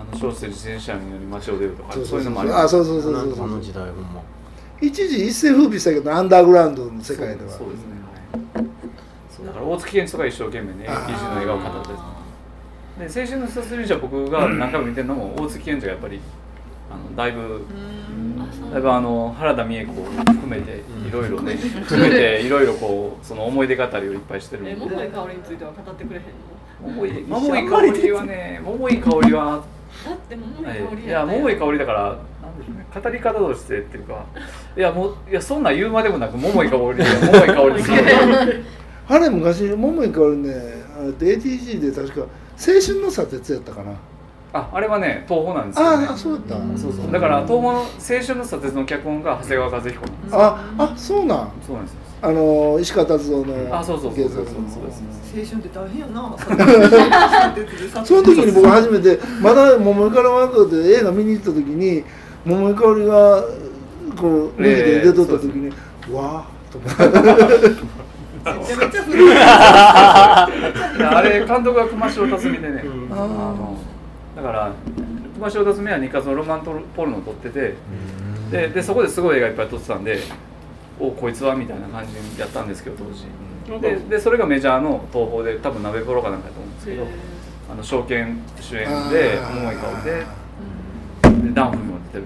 S5: あの小説自転車に乗りましょう出るとか
S6: そ
S5: そうう
S6: そ
S5: い
S6: う
S5: うのも
S6: そう
S5: あり
S6: そうあ
S5: ます
S6: そうそうそうそう
S3: あ
S6: そ
S3: の
S6: う
S3: 時代ほんま
S6: 一時一世風靡したけどアンダーグラウンドの世界では
S5: そうですねはいそうだから大月健一とか一生懸命ね ATG の映画を語ってですで青春の殺人者僕が何回も見てるのも大月健一がやっぱりあのだいぶだいぶあの原田美恵子を含めていろいろね含めていろいろこうその思い出語りをいっぱいしてる
S2: え
S5: ん
S2: 桃井
S5: で
S2: かおりについては語ってくれへんの
S5: 桃井桃井かおりはね桃井かおりは
S2: だって桃井かお
S5: はい
S2: り
S5: いや桃井か
S2: り
S5: おりだからなんでしょうね語り方としてっていうかいやもういやそんなん言うまでもなく桃井か おり桃井かおりですよ
S6: あれ昔桃井かおりねあれって ATG で確か青春の砂鉄やったかな
S5: ああれはね東宝なんですよ、ね
S6: あ、あそうだった、
S5: そうそうだから東宝の青春の砂鉄の脚本が長谷川和彦なんです
S6: ああそうなん
S5: そうなんですよ
S6: あの石川達郎の
S5: あそうそうそうそうそうそうです
S8: 青春って大変や な砂鉄で砂鉄
S6: その時に僕初めてまだ桃井からワークで映画見に行った時に桃井かおりがこう脱いで出とった時に、わあと思って
S8: めちゃめちゃ古い
S5: いやあれ監督が熊代辰巳でね、
S1: うん
S5: あのだから熊代辰巳は日活のロマンポルノを撮っててででそこですごい映画いっぱい撮ってたんでおこいつはみたいな感じやったんですけど当時ででそれがメジャーの東宝で多分鍋プロかなんかやと思うんですけどあの証券主演
S6: あ
S5: で
S6: ー
S5: 桃井かおりででダンフミも出てる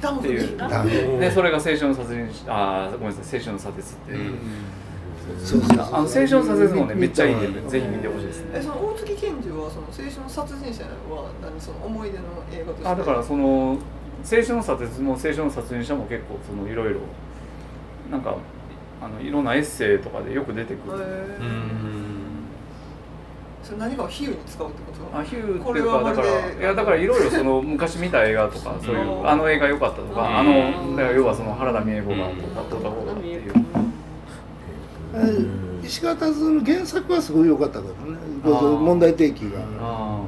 S8: ダム
S5: っていう
S6: ダメ
S5: でそれが青春の殺人しあーごめんなさい青春の砂鉄っていう、
S6: そうそうそう
S5: あの青春の砂鉄もねめっちゃいいんで
S6: うん
S5: ぜひ見てほしいですね
S8: えその大月健二はその青春の殺人者は何その思い出の映画として
S5: あだからその青春の砂鉄も青春の殺人者も結構そのいろいろなんかあのいろんなエッセイとかでよく出てくる、
S8: え
S1: う
S8: ー
S1: ん
S8: それ何かを比喩に使うってこと
S5: あヒューっ
S8: こ
S5: て
S8: れ
S5: いうか
S8: はま
S5: だ
S8: る
S5: か
S8: で
S5: らいやだからいろいろその昔見た映画とかそういううんあの映画良かったとかあ
S1: う
S5: の
S1: ん
S5: だから要はその原田美枝子が撮ったとかこうだっていう
S6: うん石川達郎の原作はすごい良かったけどね問題提起が
S5: あ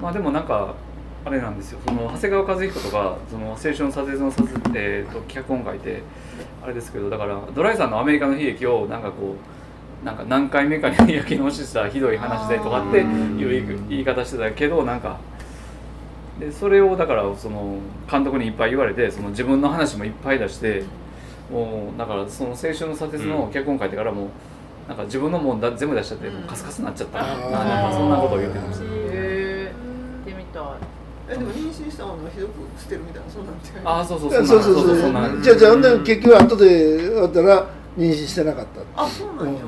S5: ーまあでもなんかあれなんですよその長谷川和彦とかその青春の撮影の撮影、えーと脚本書いてあれですけどだからドライさんのアメリカの悲劇をなんかこうなんか何回目かに焼き直ししたひどい話でとかっていう言い言い方してたけどなんかでそれをだからその監督にいっぱい言われてその自分の話もいっぱい出してもうだからその青春の砂鉄の脚本書いてからもうなんか自分のもんだ全部出しちゃってもうカスカスになっちゃったななんかそんなことを言ってました。
S7: へー行ってみたい
S8: えでも妊娠したものをひどく捨てるみたいなそうなんていう
S5: あーそうそう
S6: いや
S5: そう
S6: そうそうそう
S5: そんな
S6: じゃあじゃあほんなら結局後で終わったら妊娠してなかった
S8: あそうなんや、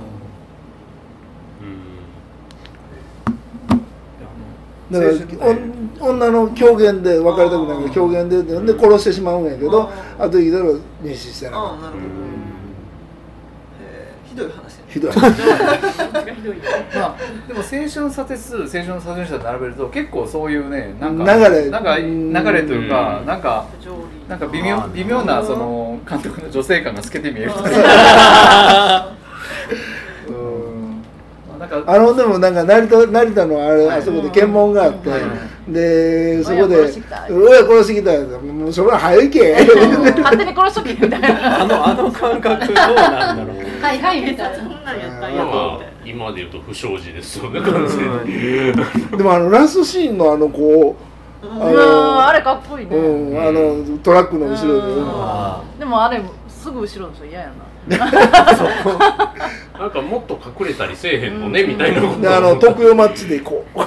S6: だから
S5: 青春のね
S6: お女の狂言で別れたくないから狂言でで殺してしまうんやけど
S8: あー
S6: 後で聞いたら妊娠してな
S8: あ
S6: かっ
S8: あなるほど、えーひどい話や
S6: たひどい
S5: まあでも青春の砂鉄青春の砂鉄者と並べると結構そういうねなんか
S6: 流れ
S5: なんか流れというか
S1: うん
S5: なんか
S7: 上
S5: なんか微妙微妙なその監督の女性感が透けて見えるというかうんまあなんか
S6: あのでもなんか成田成田のあれ、
S5: はい
S6: あそこで検問があって、でそこで
S7: 親殺してきた
S6: 親殺してきたやつもうそれは早いけ
S7: 手勝手に殺しとけみたいな
S3: あのあの感覚どうなんだろう
S4: はいはいみ
S2: 警
S4: た
S2: 察
S4: い
S2: こ
S4: なん
S2: なんやったん
S1: ま
S2: や
S1: あ
S2: と思っ
S1: まあ
S2: て
S1: 今で言うと不祥事ですよね完全に
S6: でもあのラストシーンのあの子あ
S7: うわーあれかっこいいうね
S6: ん、あのトラックの後ろで、
S7: うん
S3: あ
S7: でもあれすぐ後ろの人嫌やな
S1: なんかもっと隠れたりせえへんのねみたいなこと
S6: であの特用マッチでこう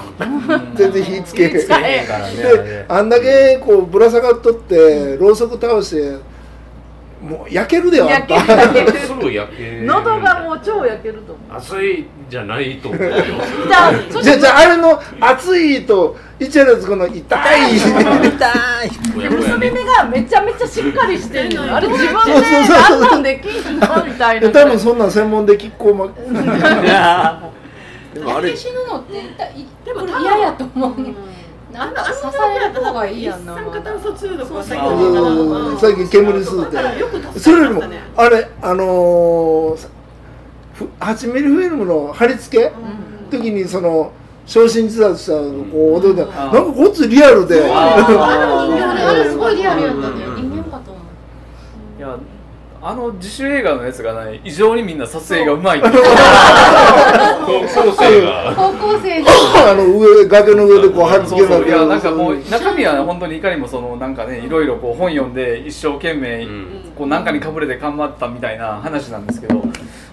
S6: 全然火つけ
S7: 気
S6: へん
S7: 使え
S3: あからねあ
S6: で
S3: れ
S6: あんだけこうぶら下がっとってろうそく倒してもう焼けるでよあんた
S7: 焼ける焼ける
S1: すぐ焼け
S7: 喉がもう超焼けると思う
S1: 熱いじゃないと思うよ
S7: じゃあそし
S6: じゃあ
S7: て
S6: じゃああれの熱いと一夜のこの痛 い
S3: 痛い
S1: ぼやぼや
S7: 結び
S1: ね
S7: 目がめちゃめちゃしっかりしてるのよあれ自分
S6: そう
S7: で
S6: そうそうそう
S7: 何なんできんのみたい
S6: で
S7: な
S6: 多分そんなん専門で結構ま
S3: いやーでもあれ
S4: 焼け死ぬのって痛い
S2: で
S4: で
S2: も
S4: も
S2: 多分
S4: 嫌やと思うね
S2: う
S4: あん
S2: んあ
S4: た
S2: の
S4: 支
S2: 状態
S4: え
S2: や
S4: る
S2: ったら
S4: 方がいいやんな
S2: 一酸化炭素中毒は最
S5: あ
S2: 近
S5: ー
S2: うん
S6: 最近煙吸う
S2: だからよ
S6: て
S2: く助
S6: それよ
S2: か
S6: り
S2: りまし
S6: も
S2: たね
S6: あれあのーふ8ミリフィルムの貼り付け時にその焼身自殺したのこう踊ってた
S5: あー
S6: なんかこっちリアルで
S4: あの人間あれすごいリアルやったね
S1: うん
S4: 人間かと思う
S5: いやあの自主映画のやつがね異常にみんな撮影がうまいっていう
S1: 高校生が
S4: 高校生で
S6: あの上崖の上でこう貼り付
S5: そうそうい
S6: けになって
S5: やなんかもう中身は本当にいかにもそのなんかねいろいろこう本読んで一生懸命
S1: うん
S5: こうなんかにかぶれて頑張ったみたいな話なんですけど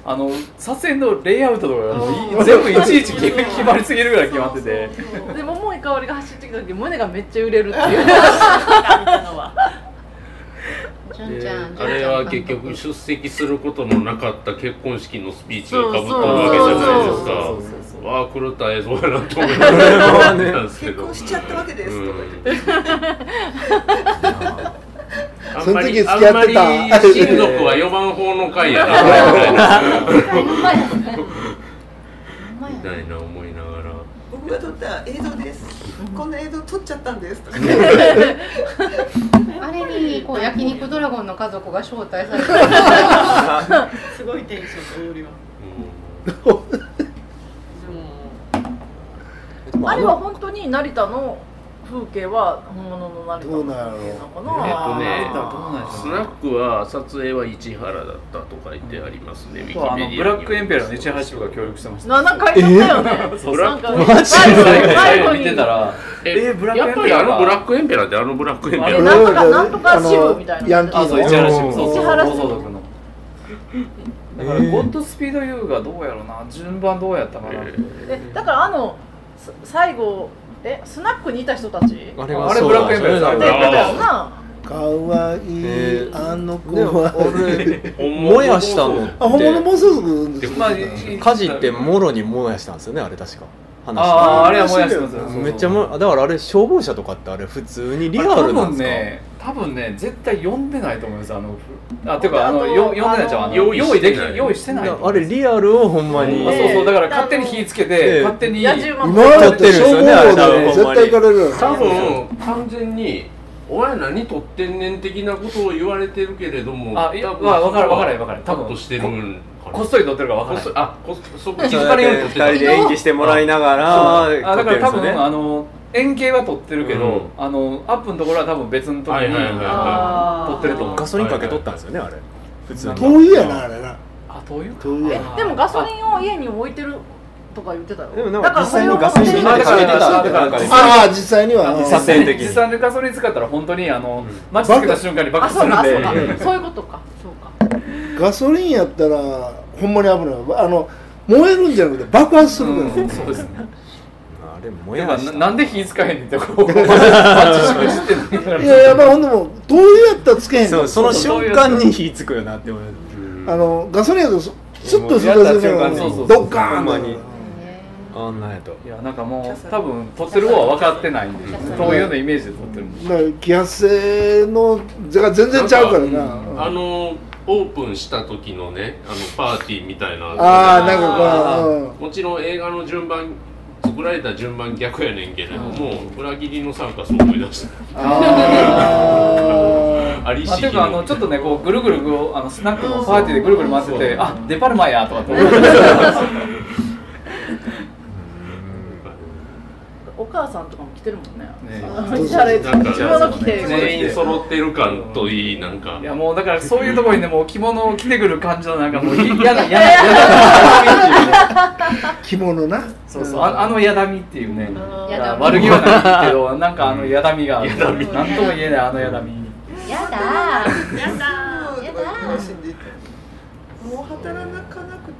S5: あの撮影のレイアウトとかがもうい全部いちいち決め決まりすぎるぐらい決まってて
S7: でももう香りが走ってきた時胸がめっちゃ揺れるっていう
S4: じゃんじゃん
S1: あれは結局出席することのなかった結婚式のスピーチがかぶったわけじゃないですか
S5: そうそうそうそう
S1: わあ狂った映像やなと思いながら見たんですけ
S8: 結
S1: ど
S8: 婚しちゃったわけですとか言って
S1: あんまり
S6: その時付き合ってた
S1: あんまり親族は4番法の回やなみたいな
S4: ほんまやほんまや
S1: みたいな思いながら
S8: 僕が撮った映像ですこんな映像撮っちゃったんですとか
S4: あれにこう焼肉ドラゴンの家族が招待さ れて
S2: すごいテンション通りは
S7: あれは本当に成田の風景は本物の成田の風景なのか
S1: えっと
S7: な
S1: ね
S5: あ
S1: スナックは撮影は市原だったと書いてありますね、ウィキペデ
S5: そうあ
S1: ィア
S5: の
S1: に
S5: ブラックエンペラーの市橋部が協力してました
S7: 7回乗ったよね
S5: そう
S1: ブラ
S5: そう
S1: ック
S7: なんか最後に
S5: 最
S7: 最後
S5: 後
S7: に
S5: 見てたら
S1: え
S5: えブラック
S1: や
S5: エ
S1: っ
S5: ンペ
S1: ぱり
S5: ラ
S1: あ
S5: ーが
S1: のブラックエンペラーってあのブラックエンペラ
S7: え
S1: ー
S7: なんとかなんとか支部みたいな
S6: ヤンキ
S5: あ、そう、
S6: ー
S5: 市
S6: の
S5: 原支部、そう、
S7: 市
S5: そう、
S7: 原支
S5: 暴
S7: 部
S5: 走族の。だから、ゴッドスピード U がどうやろうな、順番どうやったかな。
S1: え
S7: えだからあのす最後えスナックにいた人たち
S3: あれ
S5: あ
S3: は
S5: れ
S3: そう
S5: ブラックエンペラー
S7: で
S5: だ
S7: だよな
S6: かわいい、
S3: えー
S6: あの子
S3: でも
S6: は
S3: 俺もやしたの
S6: あ本物
S3: っ
S6: もうそろそろです
S5: まあ
S6: ね
S3: て火事ってもろにもやしたんですよねあれ確か話した
S5: あああれはもやしてます
S6: ー
S3: めっちゃもだからあれ消防車とかってあれ普通にリアルなんですか、
S5: 多分ね多分ね絶対読んでないと思いますあのあていうかあの
S7: あの
S5: よ読んでないじゃんあの
S1: 用意
S5: 用意
S1: して
S5: でき
S1: ない
S5: 用意してないと思う
S3: あれリアルをほんまに、
S5: あそうそうだから
S7: ね
S5: 勝手に火つけ
S3: え
S5: て
S3: え
S5: 勝手に
S7: 野獣馬
S6: 今だって消防
S3: やってるんですよねあ
S6: 法
S3: れ多
S6: で絶
S3: 分ほんまに
S6: 対行かれる
S1: 多分完全に「お前何撮ってんねん」的なことを言われてるけれども
S5: あいやまあ分かる分かる分かる
S1: 多
S5: 多
S1: 分カッ
S5: 分
S1: トしてるんかな
S5: こっそり撮ってるから分
S1: こっ
S5: かん
S1: そ
S5: な
S1: り
S5: い
S1: あこそこ
S3: 気
S1: 気
S3: づ
S1: づ
S3: か
S1: か
S3: れ
S1: れ
S3: よ
S1: よ
S3: う
S1: う
S3: に
S1: に撮っててた
S3: 撮った二人で演技してもらいながら
S5: あだ
S3: 撮
S5: か
S3: ってる
S5: ら多
S3: んですよね
S5: 分あの円形は撮ってるけど、
S1: うん
S5: あのアップのところは多分別のところに
S1: はいはいはい
S7: はい
S5: 撮ってると思う
S3: ガソリンかけとったんですよねあれ普通に
S5: なんか
S6: 遠いやなあれな
S5: あどういう
S6: 遠いや
S7: でもガソリンを家に置いてるとか言ってたよ
S3: でもなんか実際にガソリン
S5: み
S3: み
S5: ん
S3: ん
S5: な
S3: な
S5: で
S3: で
S5: か
S3: か
S5: け
S3: け
S5: て
S3: て
S5: たな
S3: たなんん
S5: かなんか
S6: ああ実際には
S3: 撮影的に
S5: 実際のガソリン使ったら本当にあのマッチつけた瞬間に爆
S7: あ
S5: 発
S7: そ
S5: す
S7: う
S5: るん
S7: か
S5: で
S7: そうかそういうことかそうか
S6: ガソリンやったらほんまに危ないあの燃えるんじゃなくて爆発するから、
S5: うんそうですね
S3: あれ燃
S5: て
S3: や
S5: か
S3: し
S5: な
S3: た
S5: なんで火使えへんねんってこう マッチしくしてんの
S6: いややっぱほんでも遠いやったらつけへんから
S3: そうその瞬間に火つくよなって思う
S6: あのガソリンやとスッとする
S3: もうやった
S6: だけ
S3: 瞬
S6: なの
S3: 間
S5: にそうそうそう
S6: にドッカ
S3: ほんま
S6: ーン
S3: に
S6: と
S3: あんなんやと
S5: いやなんかもう多分撮ってる方は分かってないんでそういうのイメージで撮ってるんで
S6: だから気圧性のが全然ちゃうからな
S1: あのオープンした時のねあのパーティーみたいな
S6: ああなんかこう、うん、
S1: もちろん映画の順番作られた順番逆やねんけれども裏切りのサーカス思い出した
S6: あ
S1: あり
S5: まあ、
S1: して
S5: いう
S1: き
S5: かあのちょっとねこうぐるぐるこうあのスナックのパーティーでぐるぐる回っててあデパルマやとかと思って
S7: お母さんとかも来てるもんね
S5: ね
S7: めっちゃあれ
S1: なんか
S7: 着物着て
S1: 全員揃ってる感といいなんか
S5: いやもうだからそういうところにねもう着物を着てくる感じのなんかもうい嫌だ嫌だ嫌だ
S6: 着物な
S5: そうそうああの嫌だみっていうねい
S4: や
S5: や
S4: だ
S5: 悪気はないけどなんかあの嫌だみが
S1: 嫌だみ
S5: なんとも言えないあの嫌だみ
S4: やだー
S2: やだ
S4: や
S8: と
S4: だ
S8: か
S4: ー
S8: 楽しんでいったもう働かなくて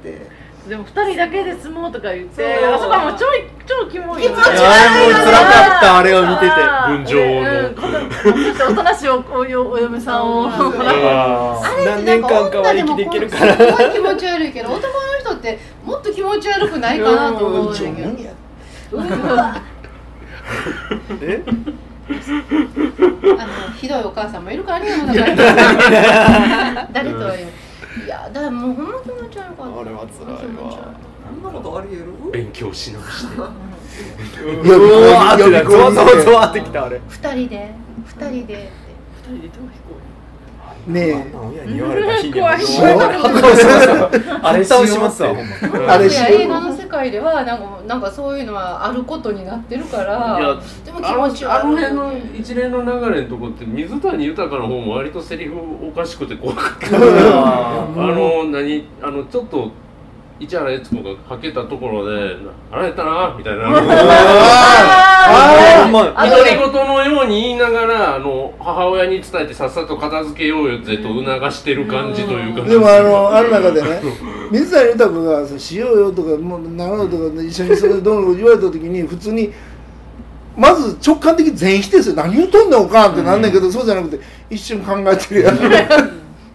S7: でも二人だけで住もうとか言って
S8: そう
S7: あそこはもうちょい超キモいよね
S4: 気持ち悪い
S3: あれも辛かったあれを見てて
S7: あー
S1: 群青の
S7: うんこのこの人おとなしいおおお嫁さん を
S5: あ
S4: あれってなんか女でもこうすごい気持ち悪いけど男の人ってもっと気持ち悪くないかなと思うんだけど
S3: え
S4: あのひどいお母さんもいるからね世の中に誰とは言ういやだからもうほんま気持ち悪かった
S3: あれは辛いわ
S4: 気持ち悪かっ
S8: こんなことありえる
S1: 勉強し直して
S3: うわーってゾワゾワゾワってきたあれ
S4: た二人で二人でって
S6: ね
S3: あんなん親に言われた日に
S7: 怖い
S5: あれ
S3: 反対をしますわほんま
S6: えあれ
S4: いや
S6: し
S4: 映画の世界ではなんかもうなんかそういうのはあることになってるか
S1: い
S4: ら
S1: や
S4: でも気
S1: あ
S4: 持ち
S1: のあ
S4: 悪
S1: の
S4: い
S1: 辺の一連の流れのとこって水谷豊の方も割とセリフおかしくて怖か ったあの何あのちょっと市原悦子がはけたところで腹減ったなみたいな
S3: あーうまい
S7: あ
S1: 独り言のように言いながらあの母親に伝えてさっさと片付けようよぜと促してる感じというか
S6: でもあのある中でね水谷豊がそう「しようよ」とか「もうなろう」とか一緒にそれどうの言われた時に普通にまず直感的に全否定する何言うとんねんおかんってなんねんけど、そうじゃなくて一瞬考えてるやん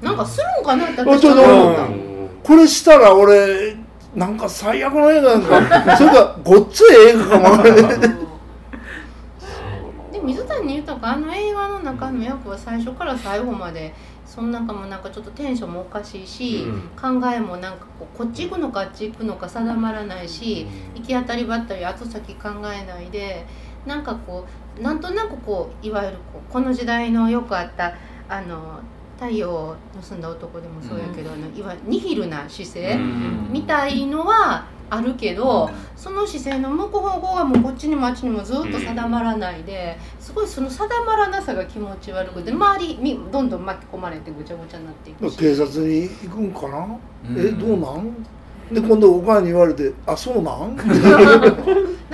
S4: なんかするんかなって
S6: あ
S4: 私
S6: ちょっ
S4: は
S6: と
S4: 思っ
S6: う
S4: た
S6: んこれしたら俺なんか最悪の映画なんかそれかごっつい映画かもわからんね
S4: で水谷豊あの映画の中の役は最初から最後までその中もなんかちょっとテンションもおかしいし、考えもなんかこうこっち行くのかあっち行くのか定まらないし、行き当たりばったり後先考えないでなんかこうなんとなくこういわゆるこうこの時代のよくあったあの太陽を盗んだ男でもそうやけど、あのいわゆるニヒルな姿勢、みたいのはあるけど、その姿勢の向こう方向がもうこっちにもあっちにもずっと定まらないで、すごいその定まらなさが気持ち悪くて周りにどんどん巻き込まれてぐちゃぐちゃになっていくし。
S6: 警察に行くんかな、
S5: うん
S6: えどうなんで今度おかんに言われて「あそうな
S4: な
S6: ん?」
S4: ん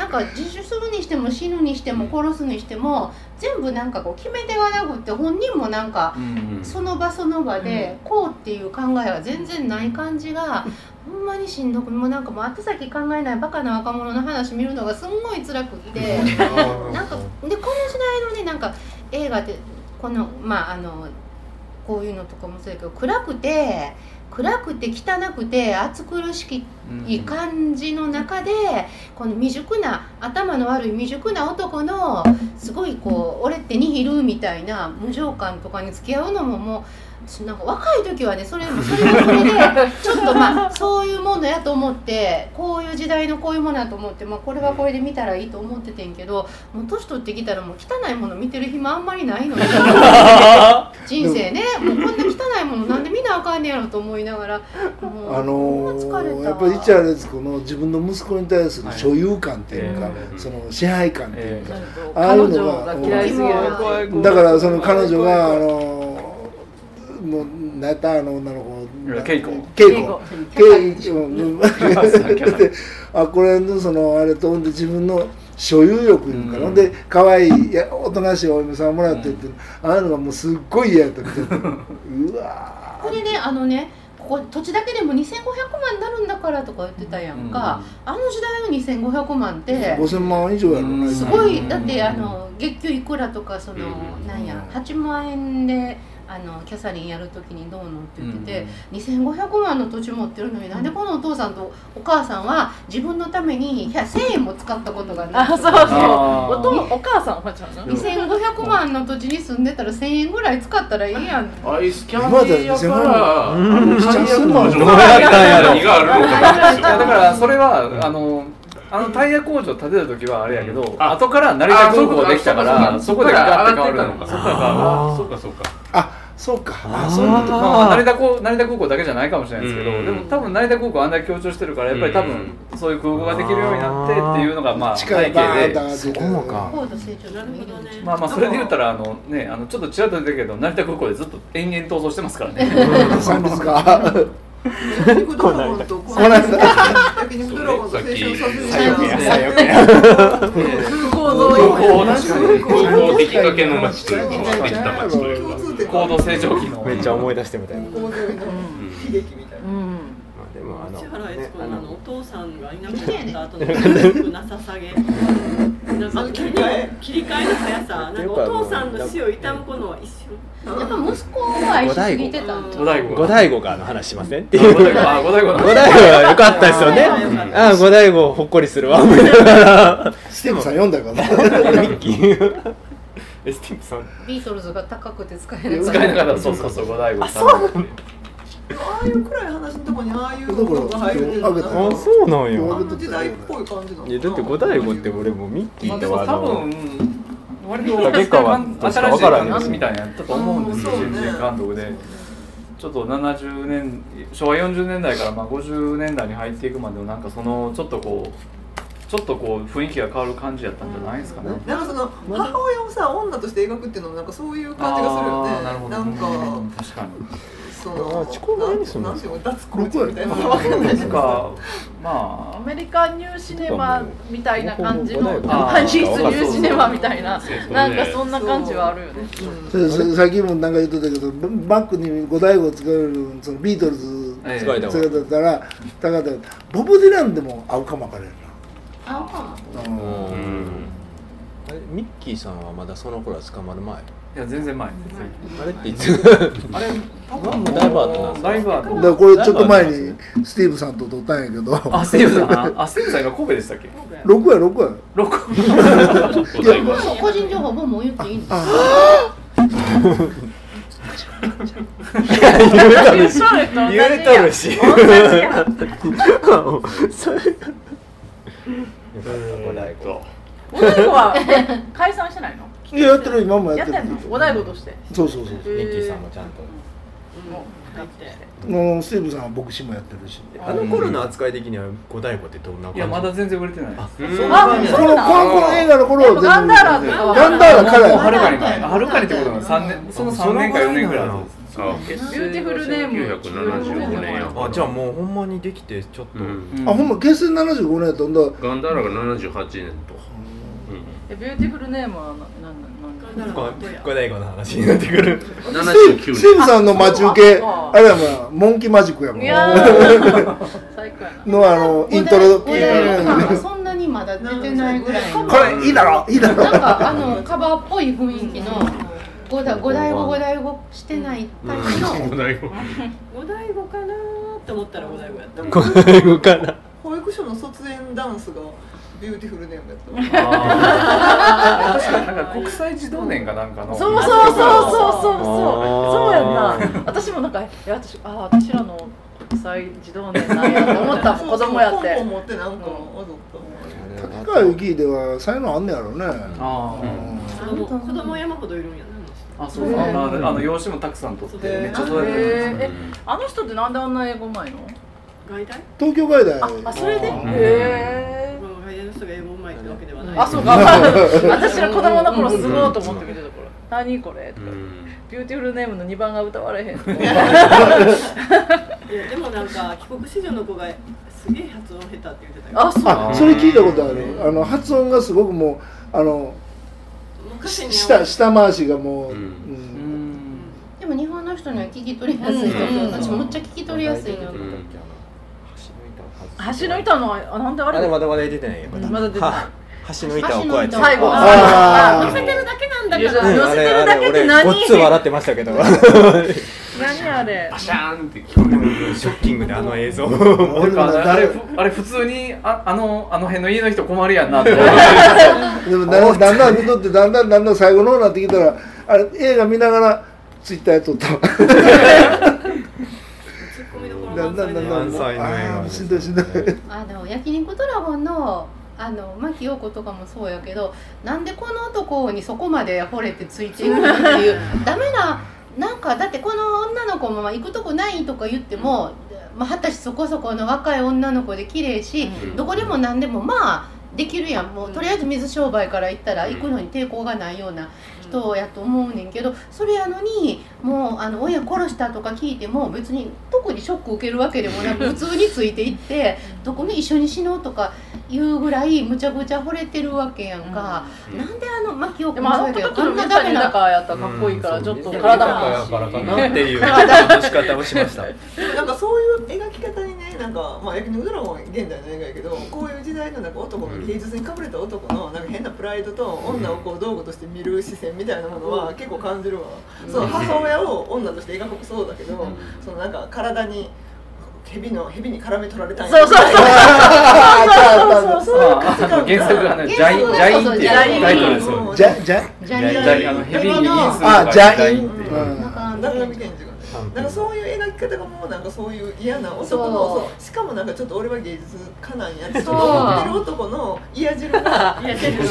S4: か自首するにしても死ぬにしても殺すにしても全部なんかこう決め手がなくって本人もなんかその場その場でこうっていう考えは全然ない感じがほんまにしんどくもうなんかもう後先考えないバカな若者の話見るのがすんごい辛くってなんかでこの時代のねなんか映画ってこのまああのこういうのとかもそうやけど暗くて暗くて汚くて暑苦しい感じの中で、この未熟な頭の悪い未熟な男のすごいこう「俺ってニヒル」みたいな無情感とかに付き合うのももう。なんか若い時はねそれもそれはそれでちょっとまあそういうものやと思ってこういう時代のこういうものやと思って、まあ、これはこれで見たらいいと思っててんけどもう年取ってきたらもう汚いもの見てる暇あんまりないのに人生ねもうこんな汚いものなんで見なあかんねやろと思いながら
S6: あのー、やっぱり一あれですこの自分の息子に対する所有感っていうか、はい、その支配感っていうか、えー、ああいうのがだからその彼女があのーもう何やったあの女の子
S5: 稽古
S6: 稽古稽古あこれのそのあれとほんで自分の所有欲いうか、うん、で可愛いいやおとなしいお嫁さんもらってって、うん、ああいうのがもうすっごい嫌やったみたいな うわ
S4: これねあのねここ土地だけでも2500万になるんだからとか言ってたやんか、うん、あの時代の2500万って
S6: 5000万以上やろ
S4: なすごいだってあの月給いくらとかその、うん、なんや8万円で。あのキャサリンやる時にどうのって言ってて、うん、2500万の土地持ってるのになんでこのお父さんとお母さんは自分のために1000円も使ったことがない
S7: あそうそうおお母さんはちゃん
S4: 2500万の土地に住んでたら1000円ぐらい使ったらいいやん
S1: アイスキャンディーやから
S5: 700万どうやったんやろだからそれはあのあのタイヤ工場建てた時はあれやけど、うん、後から成田空港できたからそこでガッて変わるのか
S1: そうかそうか
S6: あそうかあ
S5: そういうことか成田高成田高校だけじゃないかもしれないですけど、でも多分成田高校あんだけ強調してるからやっぱり多分そういう空港ができるようになってっていうのがまあ背景で
S3: そこもか
S5: まあまあそれで言ったらあのねあのちょっとちらっと出てるけど成田高校でずっと延々逃走してますからね
S6: そうですか
S2: 肉ドラゴンとこの焼肉ドラゴンと青春サブジェ
S1: 空港の空港出来かけの街というかできた街という
S5: か高度成長期の
S3: めっちゃ思い出してみたいな
S2: 悲劇みたいなでもあの市原悦子のお父さんがいなくなった後のなささげなんか切り替え切り替えの速さなんかお父さんの死を悼む子の一瞬やっぱ息子を愛しすぎてた
S3: 五大五大五がの話しませんっていう
S5: 五大五
S3: は良かったですよねあ五大五ほっこりするわ思いながら
S6: スティーブさん読んだかな
S3: えスティーブさん
S4: ビートルズが高くて使えな
S5: かった使えなかったそうそうそう五大五
S2: ああいう暗い話のとこにああいうのが入る
S3: あそうなんや
S2: あの時代っぽい感じない
S3: やだって五大五って俺もミッキー
S5: とあの割と竹川新しい感じみたいなやったと思うんですよ新人監督で。ちょっと70年昭和40年代からまあ50年代に入っていくまでのなんかそのちょっとこうちょっとこう雰囲気が変わる感じやったんじゃないですかね。
S2: なんかその母親をさ女として描くっていうのもなんかそういう感じがするよね。なるほど、なんか
S5: 確かに。
S2: その
S3: 遅刻何
S2: するの？脱コルチみたいなわかんないですか。
S5: ま
S7: あアメリカンニューシネマみたいな感じのハイヒースニューシネマみたいななんかそんな感じはあるよね。
S6: さっきもなんか言ってたけどバックに五大五使えるそのビートルズ使えたら高田ボブディランでも合うかもわかるな。
S4: あ
S3: ミッキーさんはまだその頃は捕まる前
S5: いや全然前
S3: あれっていつあれ多分ダイバーってなんですか
S5: ダイバ
S6: ーだこれちょっと前にスティーブさんと撮ったんやけど
S5: あスティーブさんあスティーブさん今神戸でしたっけ
S6: 六や六や
S5: 六
S4: 個人情報ももう言っていいんですか
S3: 言われとるしそれ
S7: 五大五。五大五は解散してないの？
S6: いややってる今もやってる。
S7: 五大五として。
S6: そうそうそう。。
S3: ミッキーさんもちゃんと。
S7: もう入って
S6: もうスティーブさんは牧師もやってるし。
S3: あの頃の扱い的には五大五ってどんな感
S5: じ？いやまだ全然売れてない。あ、
S6: このこのこの映画の頃は全然。
S7: ガンダーラとかは。
S6: ガンダーラから
S5: はるかに前。はるかにってことは三年その三年か四年ぐらいなんです。
S1: あ
S7: ビューティフルネーム
S1: 975年や
S3: あじゃあもうほんまにできてちょっと、
S6: あほんま結成75年やったんだ
S1: ガンダーラが78年と、
S7: ええビューティフルネームは何なの
S3: ここ大悟の話になってくる
S1: 79
S6: シムさんの待ち受け
S7: あ
S6: あれやもんモンキーマジックやもん
S7: いやー最高やな
S6: のあのイントロ
S4: お題とかがそんなにまだ出てないぐらいの
S6: これいいだろいいだろ
S4: なんかあのカバーっぽい雰囲気の五だ五代語五代語してない感じの、
S1: 五代五
S2: 五代五かなと思ったら五代五やった。
S3: これ動かな
S8: 保育所の卒園ダンスがビューティフルネームやった
S5: なんか国際児童年かなんかの
S7: そうそうそうそうそうそう
S3: あー
S7: そうやんな私もなんかいや私あー私らの国際児童年なんやと思ったもん子供やって
S8: ポンポン持ってなんか踊っ
S6: 高川由紀では才能あんねやろね
S5: あー
S2: あの子供山ほどいるんやな。
S5: あそうそうあのあの用紙もたくさん取ってめっちゃ取れてる
S7: へーえあの人ってなんであんな英語うまいの
S2: 外大？
S6: 東京外大
S7: ああそれでへ
S5: ん
S7: え
S2: まあ外大の人が英語うまいってわけではない。
S7: あそうか私ら子供の頃すごいと思って見てたから「何これ?」とか「ビューティフルネームの2番が歌われへん」とか
S2: いやでもなんか帰国子女の子がすげえ発音下手って言ってたよ。
S7: あそう
S6: あそれ聞いたことあるあの発音がすごくもうあの
S2: 昔に
S6: 下下回しがもう、
S1: うん
S6: うん
S4: でも日本の人には聞き取りやすいと思う、私めっちゃ聞き取りやすいな、
S1: うん
S7: 橋の板のあなんであ
S3: あれ
S7: れ
S3: まだまだ出てないよまだ
S7: まだ出てない
S3: は橋の板をこうやって
S7: 最後
S3: あ
S6: あー
S7: あー
S2: てるだけなん
S7: いや
S2: だ
S7: じ
S2: か
S7: ゃ
S2: ら。
S7: あ寄せてるだけって
S3: あれあれ
S7: 何
S3: 俺ごっつ笑ってましたけどシ
S7: 何あれ
S1: シャーンって聞こえる
S3: ョッキングであの 映像
S5: なん
S6: 俺も
S5: かあれあ
S6: 誰
S5: れあれ普通にああのあの辺の家の人困るやんなって
S6: でもだんだんだん太ってだんだんだんだん最後の方になってきたらあれ映画見ながらツイッターやっとった
S2: ツッコミどころ
S6: だんだんだんだん
S3: 満載の映画
S6: あーしんどいしんどい
S4: あの焼肉ドラゴンのあの牧陽子とかもそうやけどなんでこの男にそこまで惚れてついていくのっていうダメななんかだってこの女の子もまあ行くとこないとか言っても、まあ、果たしそこそこの若い女の子で綺麗し、
S1: うん
S4: どこでも何でもまあできるやんもうとりあえず水商売から行ったら行くのに抵抗がないような人やと思うねんけどそれやのにもうあの親殺したとか聞いても別に特にショック受けるわけでもな く普通についていってどこに一緒に死のうとかいうぐらいむちゃくちゃ惚れてるわけやんか、
S1: うん
S4: なんであの牧を
S7: でもあの時
S4: こ
S7: の
S4: んな
S7: メ
S4: ダ
S7: タ
S4: メ
S7: にだ
S4: な
S7: からやったらかっこいいからちょっと体もあるし
S3: からかなっていう落し方をしました
S8: てなんかそういう描き方にねなんかまあ焼肉ドラゴンは現代の映画やけどこういう時代のなんか男の芸術にかぶれた男のなんか変なプライドと女をこう道具として見る視線みたいなものは結構感じるわ、その母親を女として描くもそうだけど、そのなんか体に蛇の蛇に絡め取られたんや
S7: そうそうそう
S8: みたいな
S5: あの
S6: あー
S8: そういう価値観
S5: 原作がねジャインジャインっていうタイトルですよね
S6: じゃじゃ
S4: ジャニ
S5: ジャインあ
S4: ー
S5: の
S4: ズ
S5: ヘビーにインする
S6: あじゃいん、
S8: うん
S6: うん
S4: なんかあの
S8: 長見健二がねなんかそういう描き方がもうなんかそういう嫌な男の
S4: そう
S8: そうしかもなんかちょっと俺は芸術家なんやってそう思ってる男の嫌汁が
S2: いやでも
S4: そ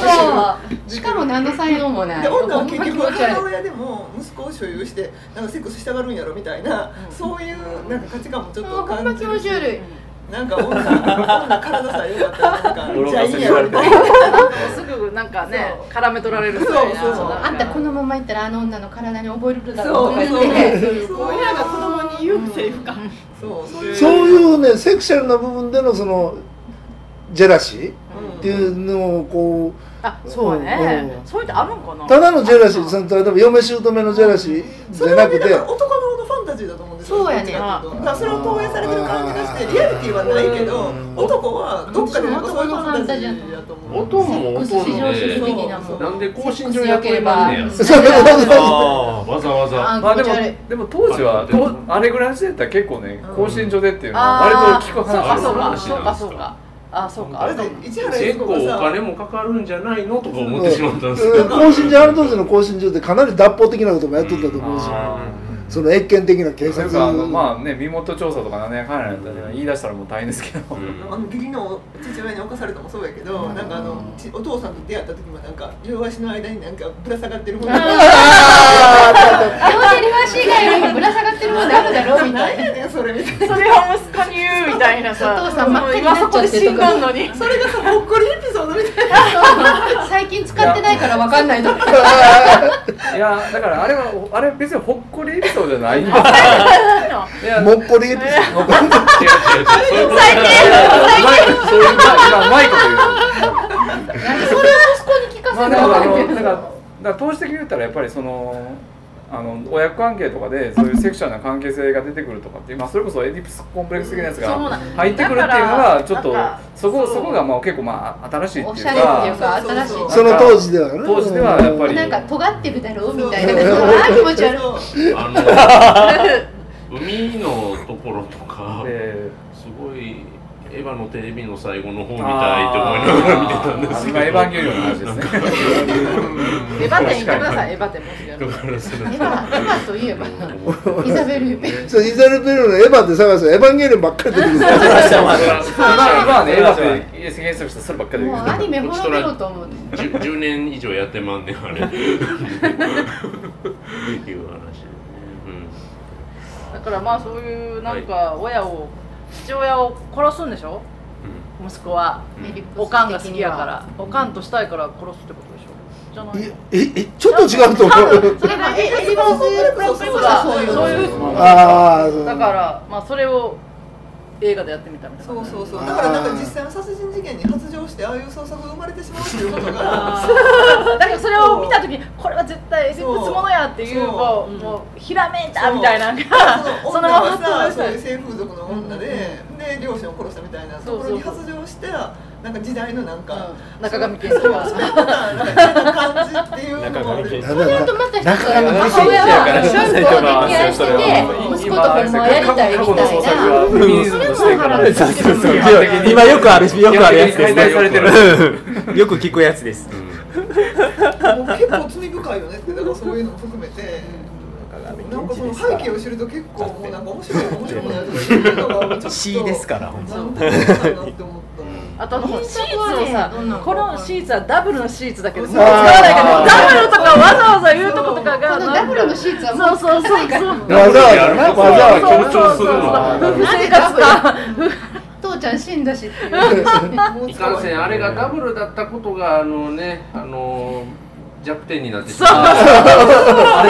S4: うしかも何の才能もない
S8: で女は
S4: ほん
S8: 結
S4: ま気
S8: 局
S4: 持ち悪い
S8: 母親でも息子を所有してなんかセックスしたがるんやろみたいなそういうなんか価値観もちょっ
S4: も
S8: と
S4: うほんま
S8: 感
S4: 気
S8: じ
S4: 持
S8: る
S4: ち
S8: し
S4: 悪い
S8: なんか女女体さえよかったら なんかじゃいいやろみたいな
S7: すぐなんかね絡め取られるみ
S8: そ
S7: たいうな
S8: そうそう
S4: あんたこのまま行ったらあの女の体に覚えるだろうと
S8: そ
S4: か言
S8: うそ
S4: っ
S8: う
S4: て
S2: 親が子供に言うセリフか。
S8: そうそういう
S6: そういうねセクシャルな部分でのそのジェラシーっていうのをこう
S7: あそうね
S6: うん
S7: そういうってあるんかな
S6: ただのジェラシーその例えば嫁姑のジェラシーじ
S8: そ
S6: ゃ
S8: れ
S6: な
S8: は
S6: く
S8: ね
S6: て
S8: だから男の方のファンタジーだと思うんですよ
S4: そうやねん
S8: どっちかっていうとだからそれを投影されてる感じがしてリアリティはないけど
S6: うん
S8: 男はどっかでなんかそういうファンタジーだと思う
S1: 音も音
S4: セックス至上主義
S1: で
S4: 的なも
S1: なん
S4: ん
S1: で更新上役になんねや
S6: そうそうそうそう
S3: あ
S1: わざわざ
S4: あ
S5: まあ
S4: 気
S5: で
S4: 持ち悪い
S5: もでも当時はとあれぐらいの時代だったら結構ね更新所でっていうのは
S7: あ
S5: 割
S7: ー
S5: と聞く話です
S7: そうか
S1: す
S7: そうかそうかそうかあそうか
S8: あ
S7: あ
S8: れ
S7: れ
S8: で
S7: だ
S8: 市原
S1: 結
S8: 悦子
S1: 構お
S8: がさ
S1: 金もかかるんじゃないのとか思ってしまったんですけ
S6: うん
S1: ど
S6: 更新所あの当時の更新所ってかなり脱法的なこともやっとったと思うし
S5: あ
S6: その越見的な警
S5: ーそ
S6: 察
S5: れかあのまあね身元調査とか7年半やったら言い出したらもう大変ですけど
S8: あの義理の父親に犯されたもそうやけど、なんかあのちお父さんと出会った時もなんか両足の間になんかぶら下がってるもの
S4: 両手両足以外にぶら下がってるものあるだろうみたい
S8: 何
S4: な
S8: やねんそれみたいな
S7: それは息子に言うみたいなさ
S4: お父さん真っ赤にな
S7: 今
S4: っちゃ
S7: そ
S4: ってとか
S7: こで死んだの に
S8: それがさほっこりエピソードみたいな
S4: そう最近使ってないからわかんないとか
S5: いやだからあれはあれ別にほっこりエピソードじゃないんですよいや
S6: もっこりエピソード
S1: 最
S5: うまい今うまいこと言う
S4: なんでそれを息子に聞か
S5: まあだからあ のだからだから投資的に言ったらやっぱりそのあの親子関係とかでそういうセクシャルな関係性が出てくるとかって、まあ、それこそエディプスコンプレックス的なやつ
S7: そう
S5: が
S7: なん
S5: 入ってくるっていうのがちょっと
S7: だから
S5: そこ
S7: そう
S5: そこがまあ結構まあ新しいっ
S4: お
S5: てい
S4: し
S5: う
S4: ゃれっていう
S5: か
S4: か新しい
S6: その当時ではね
S5: 当時ではやっぱり
S4: なんか尖ってるだろうみたいなあー気持ち悪い
S1: あの海のところと か
S5: え
S1: すごいエヴァのテレビの最後の方みたいと思いながら見てたんですけど
S5: あー今エヴァンゲリオンの話ですね
S7: エヴァ店行ってくださいエヴァ店もちろん
S1: だからそれ
S4: エヴァエヴァといえばイザベル・ユペイ
S6: そうイザルベルのエヴァって探すとエヴァンゲリオンばっかり出てくる
S5: まあまあねエヴァって検索したらそればっかりで
S4: もうアニメ滅びろと思う
S1: じゅ 10, 年以上やってまんねんあれ いう話でね、
S7: だからまあそういうなんか親を父親を殺すんでしょ
S1: う
S7: 息子は
S1: んうん、
S7: おかんが好きやからおかんとしたいから殺すってことでしょじゃないの
S6: ええちょっと違うと思う
S7: それがエリバースプロッがそういうそういう
S5: まあ
S6: ああそう
S7: だからまあそれを映画でやってみたみたいな
S8: そうそうそう
S6: あー
S8: だからなんか実際の殺人事件に発情してああいう創作が生まれてしまうっていうことが
S7: あーだけどそれを見た時にこれは絶対エリプ
S8: そう
S7: スものやっていう
S8: そう
S7: もう
S2: うん
S7: もうひらめいたみたいなのが
S8: その
S7: そのま
S8: 女
S7: ま
S8: がさ
S7: 発
S8: そう
S7: 動
S8: いう
S7: し
S8: 性風俗の女で、で両親を殺したみたいなところに発情してなんか時代のなんか、
S7: うん中上健人が
S8: そうそういう感じっていうのもある
S3: 中
S6: だか
S3: 上健人
S4: それ
S6: ら
S4: とまた一つ
S6: なかなか
S4: 母親はシャンプーを溺愛してて息子とかもやりたいみたいな
S3: そうそうそう
S5: 基本的に
S3: 今よくあるよくあるやつです
S5: 解体されてる
S3: ね。よく聞くやつ です。
S8: もう結構罪深いよねってだからそういうのも含めて。なんかその背景を知ると結構もうなんか面白い面白くないとか言うのがもうちょっと
S3: C ですからほんま
S8: なんてことかなって思ったの
S7: あとあのシーツを
S4: どんなの
S7: さ
S4: か
S7: このシーツはダブルのシーツだけど
S8: あ
S7: そ
S8: ー
S7: れ使わないけどダブルとかわざわざ言うとことかが
S4: このダブルのシーツはも
S7: そううそうそうそう
S1: ダブルでやること
S6: わざわざ
S1: は強調するの
S7: そう
S4: なぜダブル父ちゃん死んだしっていう
S8: もう
S1: い
S8: 使
S1: か
S8: わ
S1: ん
S8: な
S1: せ
S8: い
S1: んあれがダブルだったことがあのねあの弱点になってし
S7: そう
S1: まう
S6: ダ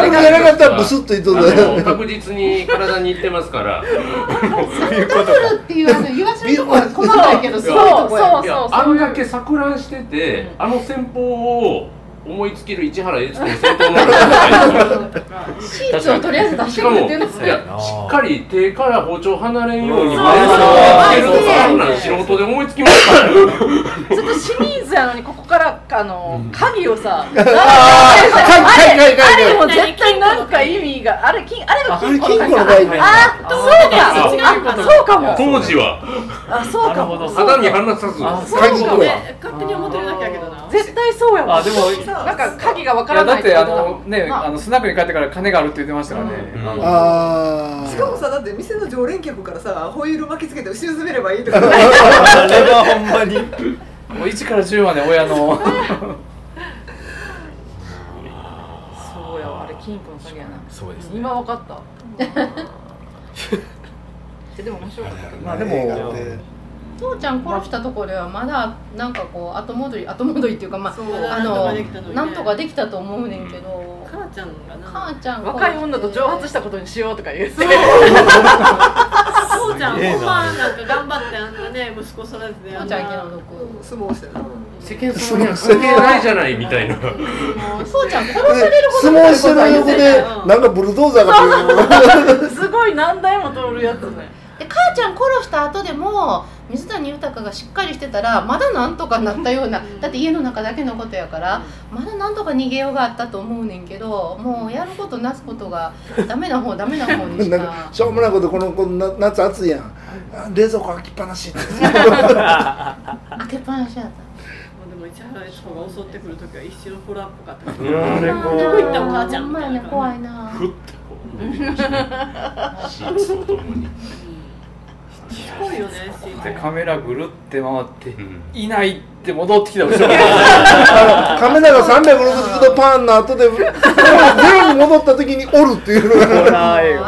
S6: ブルじゃなかったらブスッといっとった
S1: あの確実に体にいってますから
S4: ダブルっていうあの言わせるとこは細かいけどす
S7: そ
S4: ごいとこ
S7: うそ
S4: や
S7: う
S1: いや
S7: そう
S1: あんだけ錯乱しててあの戦法を思いつける市原悦子の戦法なんだ
S4: シーツをとりあえず出し
S1: してか
S4: く
S1: も
S4: れっ
S1: い
S4: ていうのが
S1: やしっかり手から包丁離れんように
S3: うん
S1: バランスをしてるとかそんなん素人で思いつきましたから
S7: ずっとシリーズやのにここからあの鍵をさ
S6: あー鍵鍵鍵
S7: あれ
S6: 鍵
S7: も絶対なんか意味があれ金あれが
S6: あれ
S7: 金庫
S6: 金庫の
S7: 鍵
S6: 場合
S7: あそうか
S1: そう
S7: あそうかも
S1: 当時は
S7: あそうかも
S1: 肌に放さず
S7: そうかも
S6: や
S2: 勝手に思ってるだけやけどな
S7: 絶対そうやも
S5: あ
S7: ん
S5: でも
S7: なんか鍵がわ
S5: い
S7: から
S5: や
S7: な
S5: だ
S7: い
S5: っ
S7: って
S5: て
S7: 言
S5: あ
S7: ってたも
S5: の
S7: ん
S5: ねあのスナックに帰ってから金があるって言ってましたからね
S1: うん
S5: あの
S6: あ
S8: しかも
S6: あ
S8: さだって店の常連客からさホイール巻きつけて後ろ詰めればいいとかね
S3: あれはほんまに。
S5: もう1から10まで親の
S7: そうやわあれ金庫の鍵やな
S3: そうですね。
S7: 今わかったえでも面白かったけど
S5: まあでも
S6: 映画って
S4: 父ちゃん殺したところではまだなんかこう後戻り後戻りっていうかまあ
S8: そう
S2: な
S4: あ
S2: んと
S4: の
S2: かできたのにね
S4: なんとかできたと思うねんけど
S2: 母ちゃんがな
S4: 母ちゃん
S7: 若い女と蒸発したたことにしようとか言うて
S2: 父ちゃんほんまなんか頑張ってあんなね息子育ててあ
S4: 父
S2: ん
S4: ちゃん
S2: な
S4: 気の毒
S8: 相撲してな
S1: 世間様には関係ないじゃないみたいな
S4: 父ちゃん殺されるほど
S6: 相
S4: の
S6: 撲
S4: こ
S6: して
S4: とは
S6: る
S4: 言
S6: 横
S4: って
S6: でなんかブルドーザーが
S7: すごい何台も通るやつね
S4: で母ちゃん殺した後でも水谷豊がしっかりしてたらまだなんとかなったような
S2: うん
S4: だって家の中だけのことやからまだなんとか逃げようがあったと思うねんけどもうやることなすことがダメな方ダメな方にし
S6: なんか
S4: か
S6: しょうもないことこのこの夏暑いやんあ冷蔵庫開きっぱなしって
S4: 開けっぱなしやった
S2: もうでも市原悦子が襲ってくる時は一瞬ホラーっぽかったけ
S1: う
S2: ど
S1: ん
S4: ど
S1: こう
S2: どこ行ったお母ちゃん
S4: ほんまやね怖いな
S1: ふってこう 出てきましたねシーツとともに
S2: すごいよねシーン
S5: でカメラぐるって回って
S1: うん
S5: いないって戻ってきた後ろから
S6: あのカメラが360度パーンの後でゼロに戻った時に折るっていうのが
S4: あ
S5: え
S4: れよ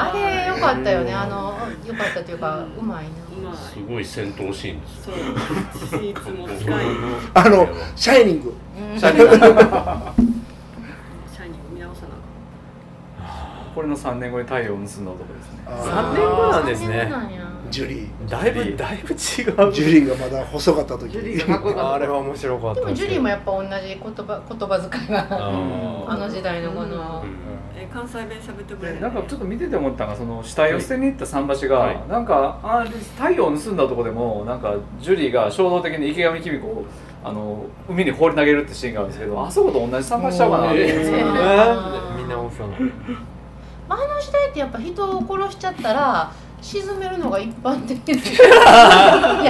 S4: かったよねあのよかったというかうまいな
S2: うまい
S1: すごい戦闘シーンです
S2: そうシーツも使い
S6: あのシャイニング
S5: 車 輪が
S2: シャイニング見直さなあ
S5: これの3年後に太陽を盗んだ男ですね
S6: あー
S3: 三年後なんです
S4: 三年
S3: ね
S4: 後。なんや
S6: ジュリー
S3: だいぶだいぶ違うジ ュ
S6: リーがまだ細かった時
S7: ジュリーがかっこよかった
S3: あれは面白かった
S4: でもジュリーもやっぱ同じ言葉言葉遣いがあの時代のこの、
S2: え関西弁喋ってくれる、
S5: なんかちょっと見てて思ったのがその死体を捨てに行った桟橋が、はい、なんかあ太陽を盗んだとこでもなんかジュリーが衝動的に池上公子をあの海に放り投げるってシーンがあるんですけどあそこと同じ桟橋ちゃうかなって思うんですけどね、
S3: みんな面白い
S4: あの時代ってやっぱ人を殺しちゃったら沈めるのが一般的で い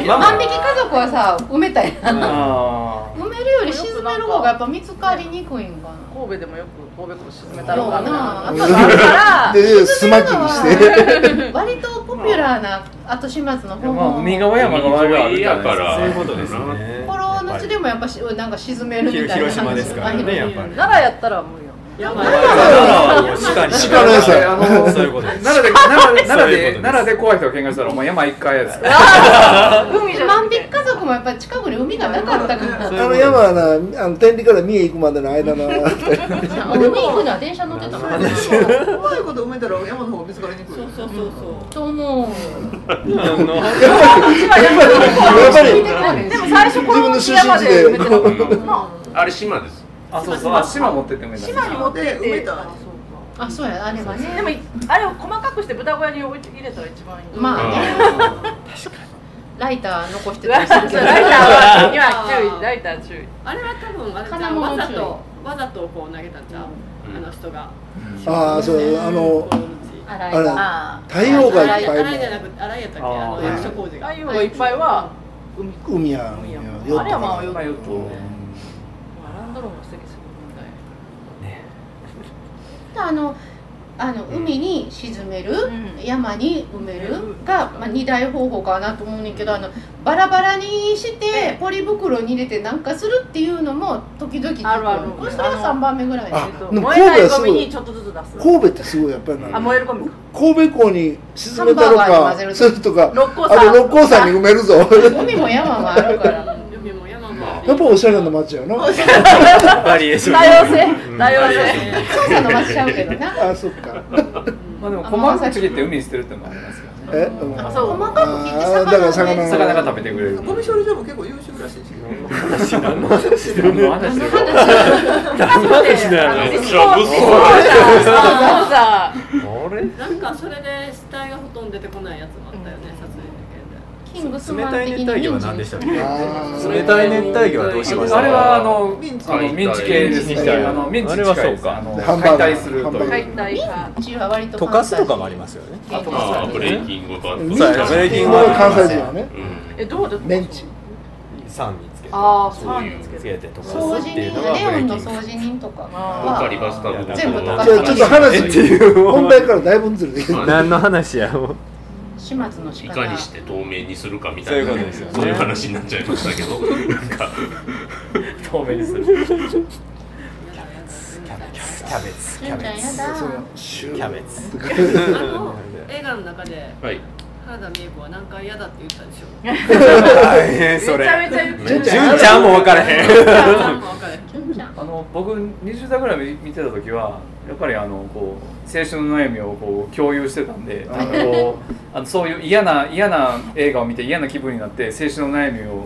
S4: や万引き家族はさ埋めたいな埋めるより沈める方がやっぱ見つかりにくいんかな
S7: 神戸でもよく神戸港沈めたろうかな
S4: あからスマキに して割とポピュラーな後始末の方
S5: 法海側山側があるから
S3: そういうことですね
S4: 心の地でもやっぱしなんか沈めるみたいな
S3: 広島ですからねやっぱり
S7: 奈良やったら無 理よ
S3: 山鹿に
S6: 鹿の餌や
S5: 奈良で奈良で奈良で怖い人が喧嘩したらお前山一回やですから
S4: 海じゃ万引き家族もやっぱり近くに海がなかったからあ
S6: の山はなあの天理から三重行くまでの間の
S4: 海行くには電車乗ってたから
S8: 怖いこと埋めたら山の方見つかりにくいそう
S2: そうそうそう
S4: と思う
S6: やっ
S7: ぱ
S6: り
S7: でも最初この山で埋めてなか
S1: ったあれ島です
S5: あ、そうそう。島持ってっても
S7: 島に持ってって。
S4: あ、そうや、あれはね。
S7: でも、あれを細かくして豚小屋に置いて入れたら一番いい。
S4: まあね。確かに。ライター残して
S7: ライター は今注意、ライター注意。
S2: あれは多分あれじわざとわざとこう投げたんじゃん。あの人が。
S6: ああ、そうあの。
S4: あ
S6: れ、太陽がいっぱい。
S2: 洗いじゃなくて、洗いやったっけ、あの役所工事が。
S7: 太陽がいっぱいは。
S6: 海や。
S7: 海や。あれはまあ、よく。
S4: あのあの海に沈める、山に埋めるが、まあ、2大方法かなと思うねんけどあのバラバラにしてポリ袋に入れてなんかするっていうのも時々
S7: あるある
S4: それが3番目ぐらい
S7: 燃えないゴミにちょっとずつ出す
S6: 神戸ってすごいやっぱりな
S7: あ燃えるゴミ
S6: 神戸港に沈めたのかそれとかあと六甲山に埋めるぞ
S4: 海も山もあるから
S6: やっぱおしゃれな街やな。
S7: バリエーション。多様性。多様性。
S4: そうさの街ちゃうけどな。
S6: あ、そっか。
S5: まあでも細かく切って海に捨てるってもありますよね。
S6: え、
S4: そう細かく切って魚
S6: だから魚
S5: 魚が食べてくれる。
S8: ゴミ処理場も結構優秀らしいし。
S3: 話何の話してるの？話してる。何の話してる
S2: の？あれ？なんかそれで死体がほとんど出てこないやつもあったよね。撮影。
S3: 冷たい熱帯魚は何でしたっけ冷たい熱帯魚はどうしました
S5: あれはあのミンチ系ですねあのミンチ近いですあの解体する という
S7: 解体
S4: は割と
S3: 溶かすとかもありますよね
S1: あブレイキングとかブ
S3: レイキング
S6: は関西人はね
S7: えどうだ
S6: メンチ
S3: 酸につけて
S7: ああ酸につけ
S3: てとか
S4: 掃除人レオンの掃除人とか
S1: はカリバスタブ
S4: 全部溶か
S6: すちょっと話本題からだいぶずれて
S3: 何の話やろう
S4: 始末の仕
S1: いかにして透明にするかみたいなそういう話になっちゃいましたけど
S5: 透明にする
S3: キャベツキャベツキャベツ
S2: 映画の中で原田美恵子は何回嫌だって言ったでしょ
S3: めちゃめちゃ純ちゃんも分からへん
S5: あの僕20代ぐらい見てた時はやっぱりあのこう青春の悩みをこう共有してたんでなんかこうあのそういう嫌な嫌な映画を見て嫌な気分になって青春の悩みを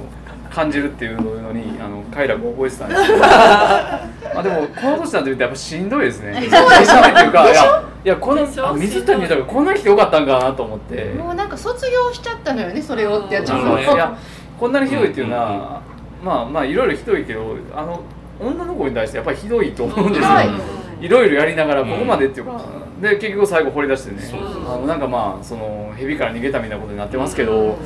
S5: 感じるっていうのにあの快楽を覚えてたん ですけどあでもこの年だと言うとやっぱしんどいですね。しんどいっていうかいやいやこの水谷豊こんな人よかったんかなと思って
S4: もうなんか卒業しちゃったのよねそれをってやっちゃう
S5: いやこんなにひどいっていうのは、まあまあいろいろひどいけどあの女の子に対してやっぱりひどいと思うんですよ、いろいろやりながらここまでっていうか、で結局最後掘り出してね、あのなんかまあその蛇から逃げたみたいなことになってますけど、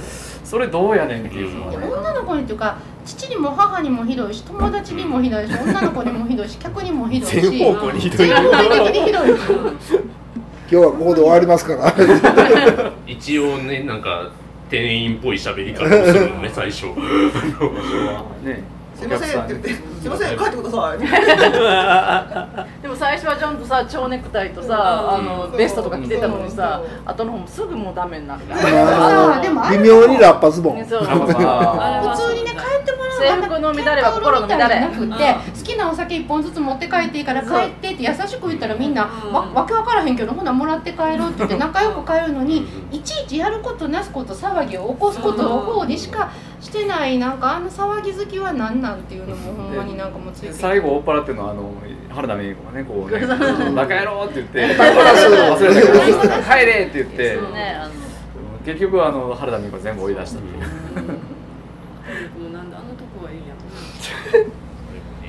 S5: それどうやねんっていうのは、
S4: 女の子にっていうか父にも母にもひどいし友達にもひどいし女の子にもひどいし客にもひどいし
S3: 全方向にひどい
S4: 全方的にひどい
S6: 今日はここで終わりますから
S1: 一応ねなんか店員っぽい喋り方をする のね最初
S5: ね
S8: すみませんって言って、すみません帰ってください。
S7: でも最初はちゃんとさ蝶ネクタイとさあのベストとか着てたのにさ、後の方もすぐもうダメになる。
S6: 微妙にラッパズボン。
S7: 普通
S4: にね帰ってもらう。
S7: 制服の乱れは心の乱れ。
S4: なくて好ききなお酒1本ずつ持って帰っていいから帰ってって優しく言ったらみんなわわけわからへんけどほなもらって帰ろうって言って仲良く帰るのにいちいちやることなすこと騒ぎを起こすことの方でしかしてないなんかあの騒ぎ好きは何なんっていうのもほんまになんかもうついてきて
S5: 最後追っ払ってるのはあの原田美恵子がねこうね「バカ野郎!」って言って「忘れ
S6: 忘
S5: たけど帰れ!」って言って
S7: そうねあの
S5: 結局あの原田美恵子全部追い出したっていう
S2: もうなんであのとこがいいんや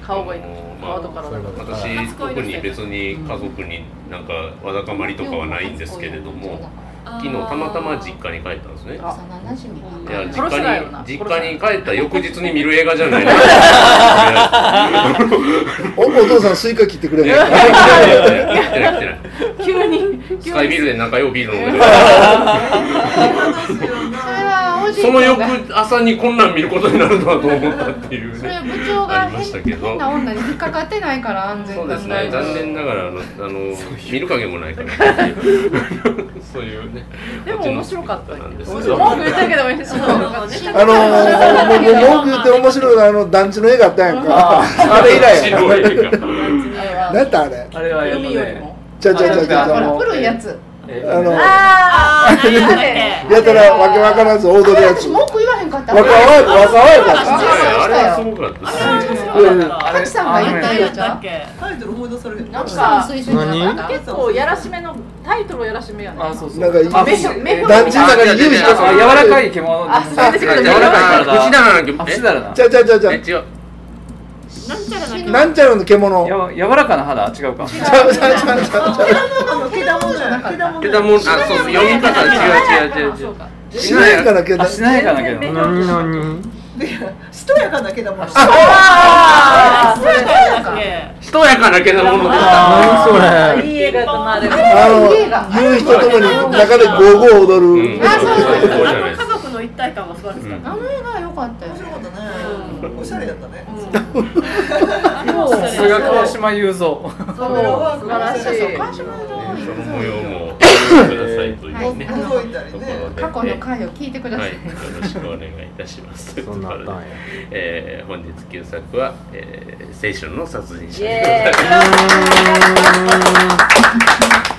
S7: 顔がいい
S1: ま
S7: 顔
S1: あ
S7: と体が
S1: 私特に別に家族になんかわだかまりとかはないんですけれども昨日たまたま実家に帰ったんですね
S4: 幼馴染
S1: いや
S4: が
S1: 実
S7: 殺しだよ
S1: 家
S7: な
S1: に実家に帰った翌日に見る映画じゃないです か
S6: おお父さんスイカ切ってくれ
S1: い
S6: な
S1: やい
S6: い
S1: やいやいや来てない来てない
S7: 急に
S1: スカイビルで仲良いビール飲んでる
S4: それはおじいち
S1: その
S4: ゃんが
S1: 翌朝にこんなん見ることになるとはと思ったっていう
S4: それ
S1: ね
S4: は部長
S1: あ
S4: が
S1: りました
S4: 変
S1: けど
S4: 変な女に引っかかってないから安全
S1: そう
S4: な
S1: ですね残念ながらあのあの見る影もないからそういうね
S7: でも面白かった
S1: なん
S7: け
S1: で
S7: ど
S1: す
S7: 文
S1: けど
S7: 句言ってるけど面白かった
S6: あのー、もうもう文句言って面白いのはあの団地の映画あったやんかあれ以来や
S1: 白いが
S6: 何やったあれ
S5: あれはやっぱ
S7: 海より
S5: ね
S7: も
S6: ちゃうちゃうちゃうち
S4: ほ
S6: ゃう
S4: ら古いやつ
S5: え
S6: あの
S7: ああ何あれ
S6: やたらわけわからず王道のやつ
S4: 私
S6: 若
S4: 文句言わへんかった
S6: 々若々やから
S1: あれはすごかったですね
S5: あれ
S4: さんが言った
S7: 何
S4: や
S7: や
S4: つ
S7: ったっけ
S8: タイトル思い出されへん
S7: なん
S4: 奥
S7: か
S4: さん推薦じゃなかった
S7: 結構やらしめのタイトルやらしめやね
S5: あそうそう
S6: なんかいい
S5: あ
S7: 目標目標
S6: 団地の中に指一つ
S5: あ柔らかい獣
S7: あそうです
S1: 柔
S7: け
S1: ら
S7: ど柔
S1: からい
S5: かい
S1: 口だらなんけ
S5: あ口だらな
S6: ちゃうちゃうちゃうちゃ
S1: え
S6: う
S1: 違う
S7: なんちゃらな
S6: なんちゃらの獣
S5: やわ柔らかな肌違うか
S6: ちゃうちゃうちゃうちゃうちゃう
S8: けだもんじゃなくて
S1: けどもあそうそう読み方違う違う違う違う
S6: しないからけど
S5: あしないかなけど
S7: 全然
S5: な
S8: しとやかなけだもん
S7: あそうやったっけ
S1: ひとやかなけのものでした
S3: 何それ
S7: いい映画やったなあれも
S6: あの
S4: 家が
S6: 言う人ともに中でゴーゴー
S1: う
S6: 踊
S1: ん
S6: る
S1: あそうそうそう
S2: あの家族の一体感も素晴らしかった
S4: あの映画良かったよ
S8: 面白かったね、おしゃれだったね、
S5: さすが川島雄三
S7: そう素晴らしい
S4: 川島の
S1: その模
S4: よ
S1: 様もくださいというね
S8: 動いたり
S1: とこ
S8: ね
S1: ろで
S4: 過去の回を聞いてくださ
S1: はいい、よろしくお願いいたします。
S3: そんなあったんや
S1: えー本日旧作は、えー、青春の殺人者
S7: イ
S1: でございます
S7: エーイ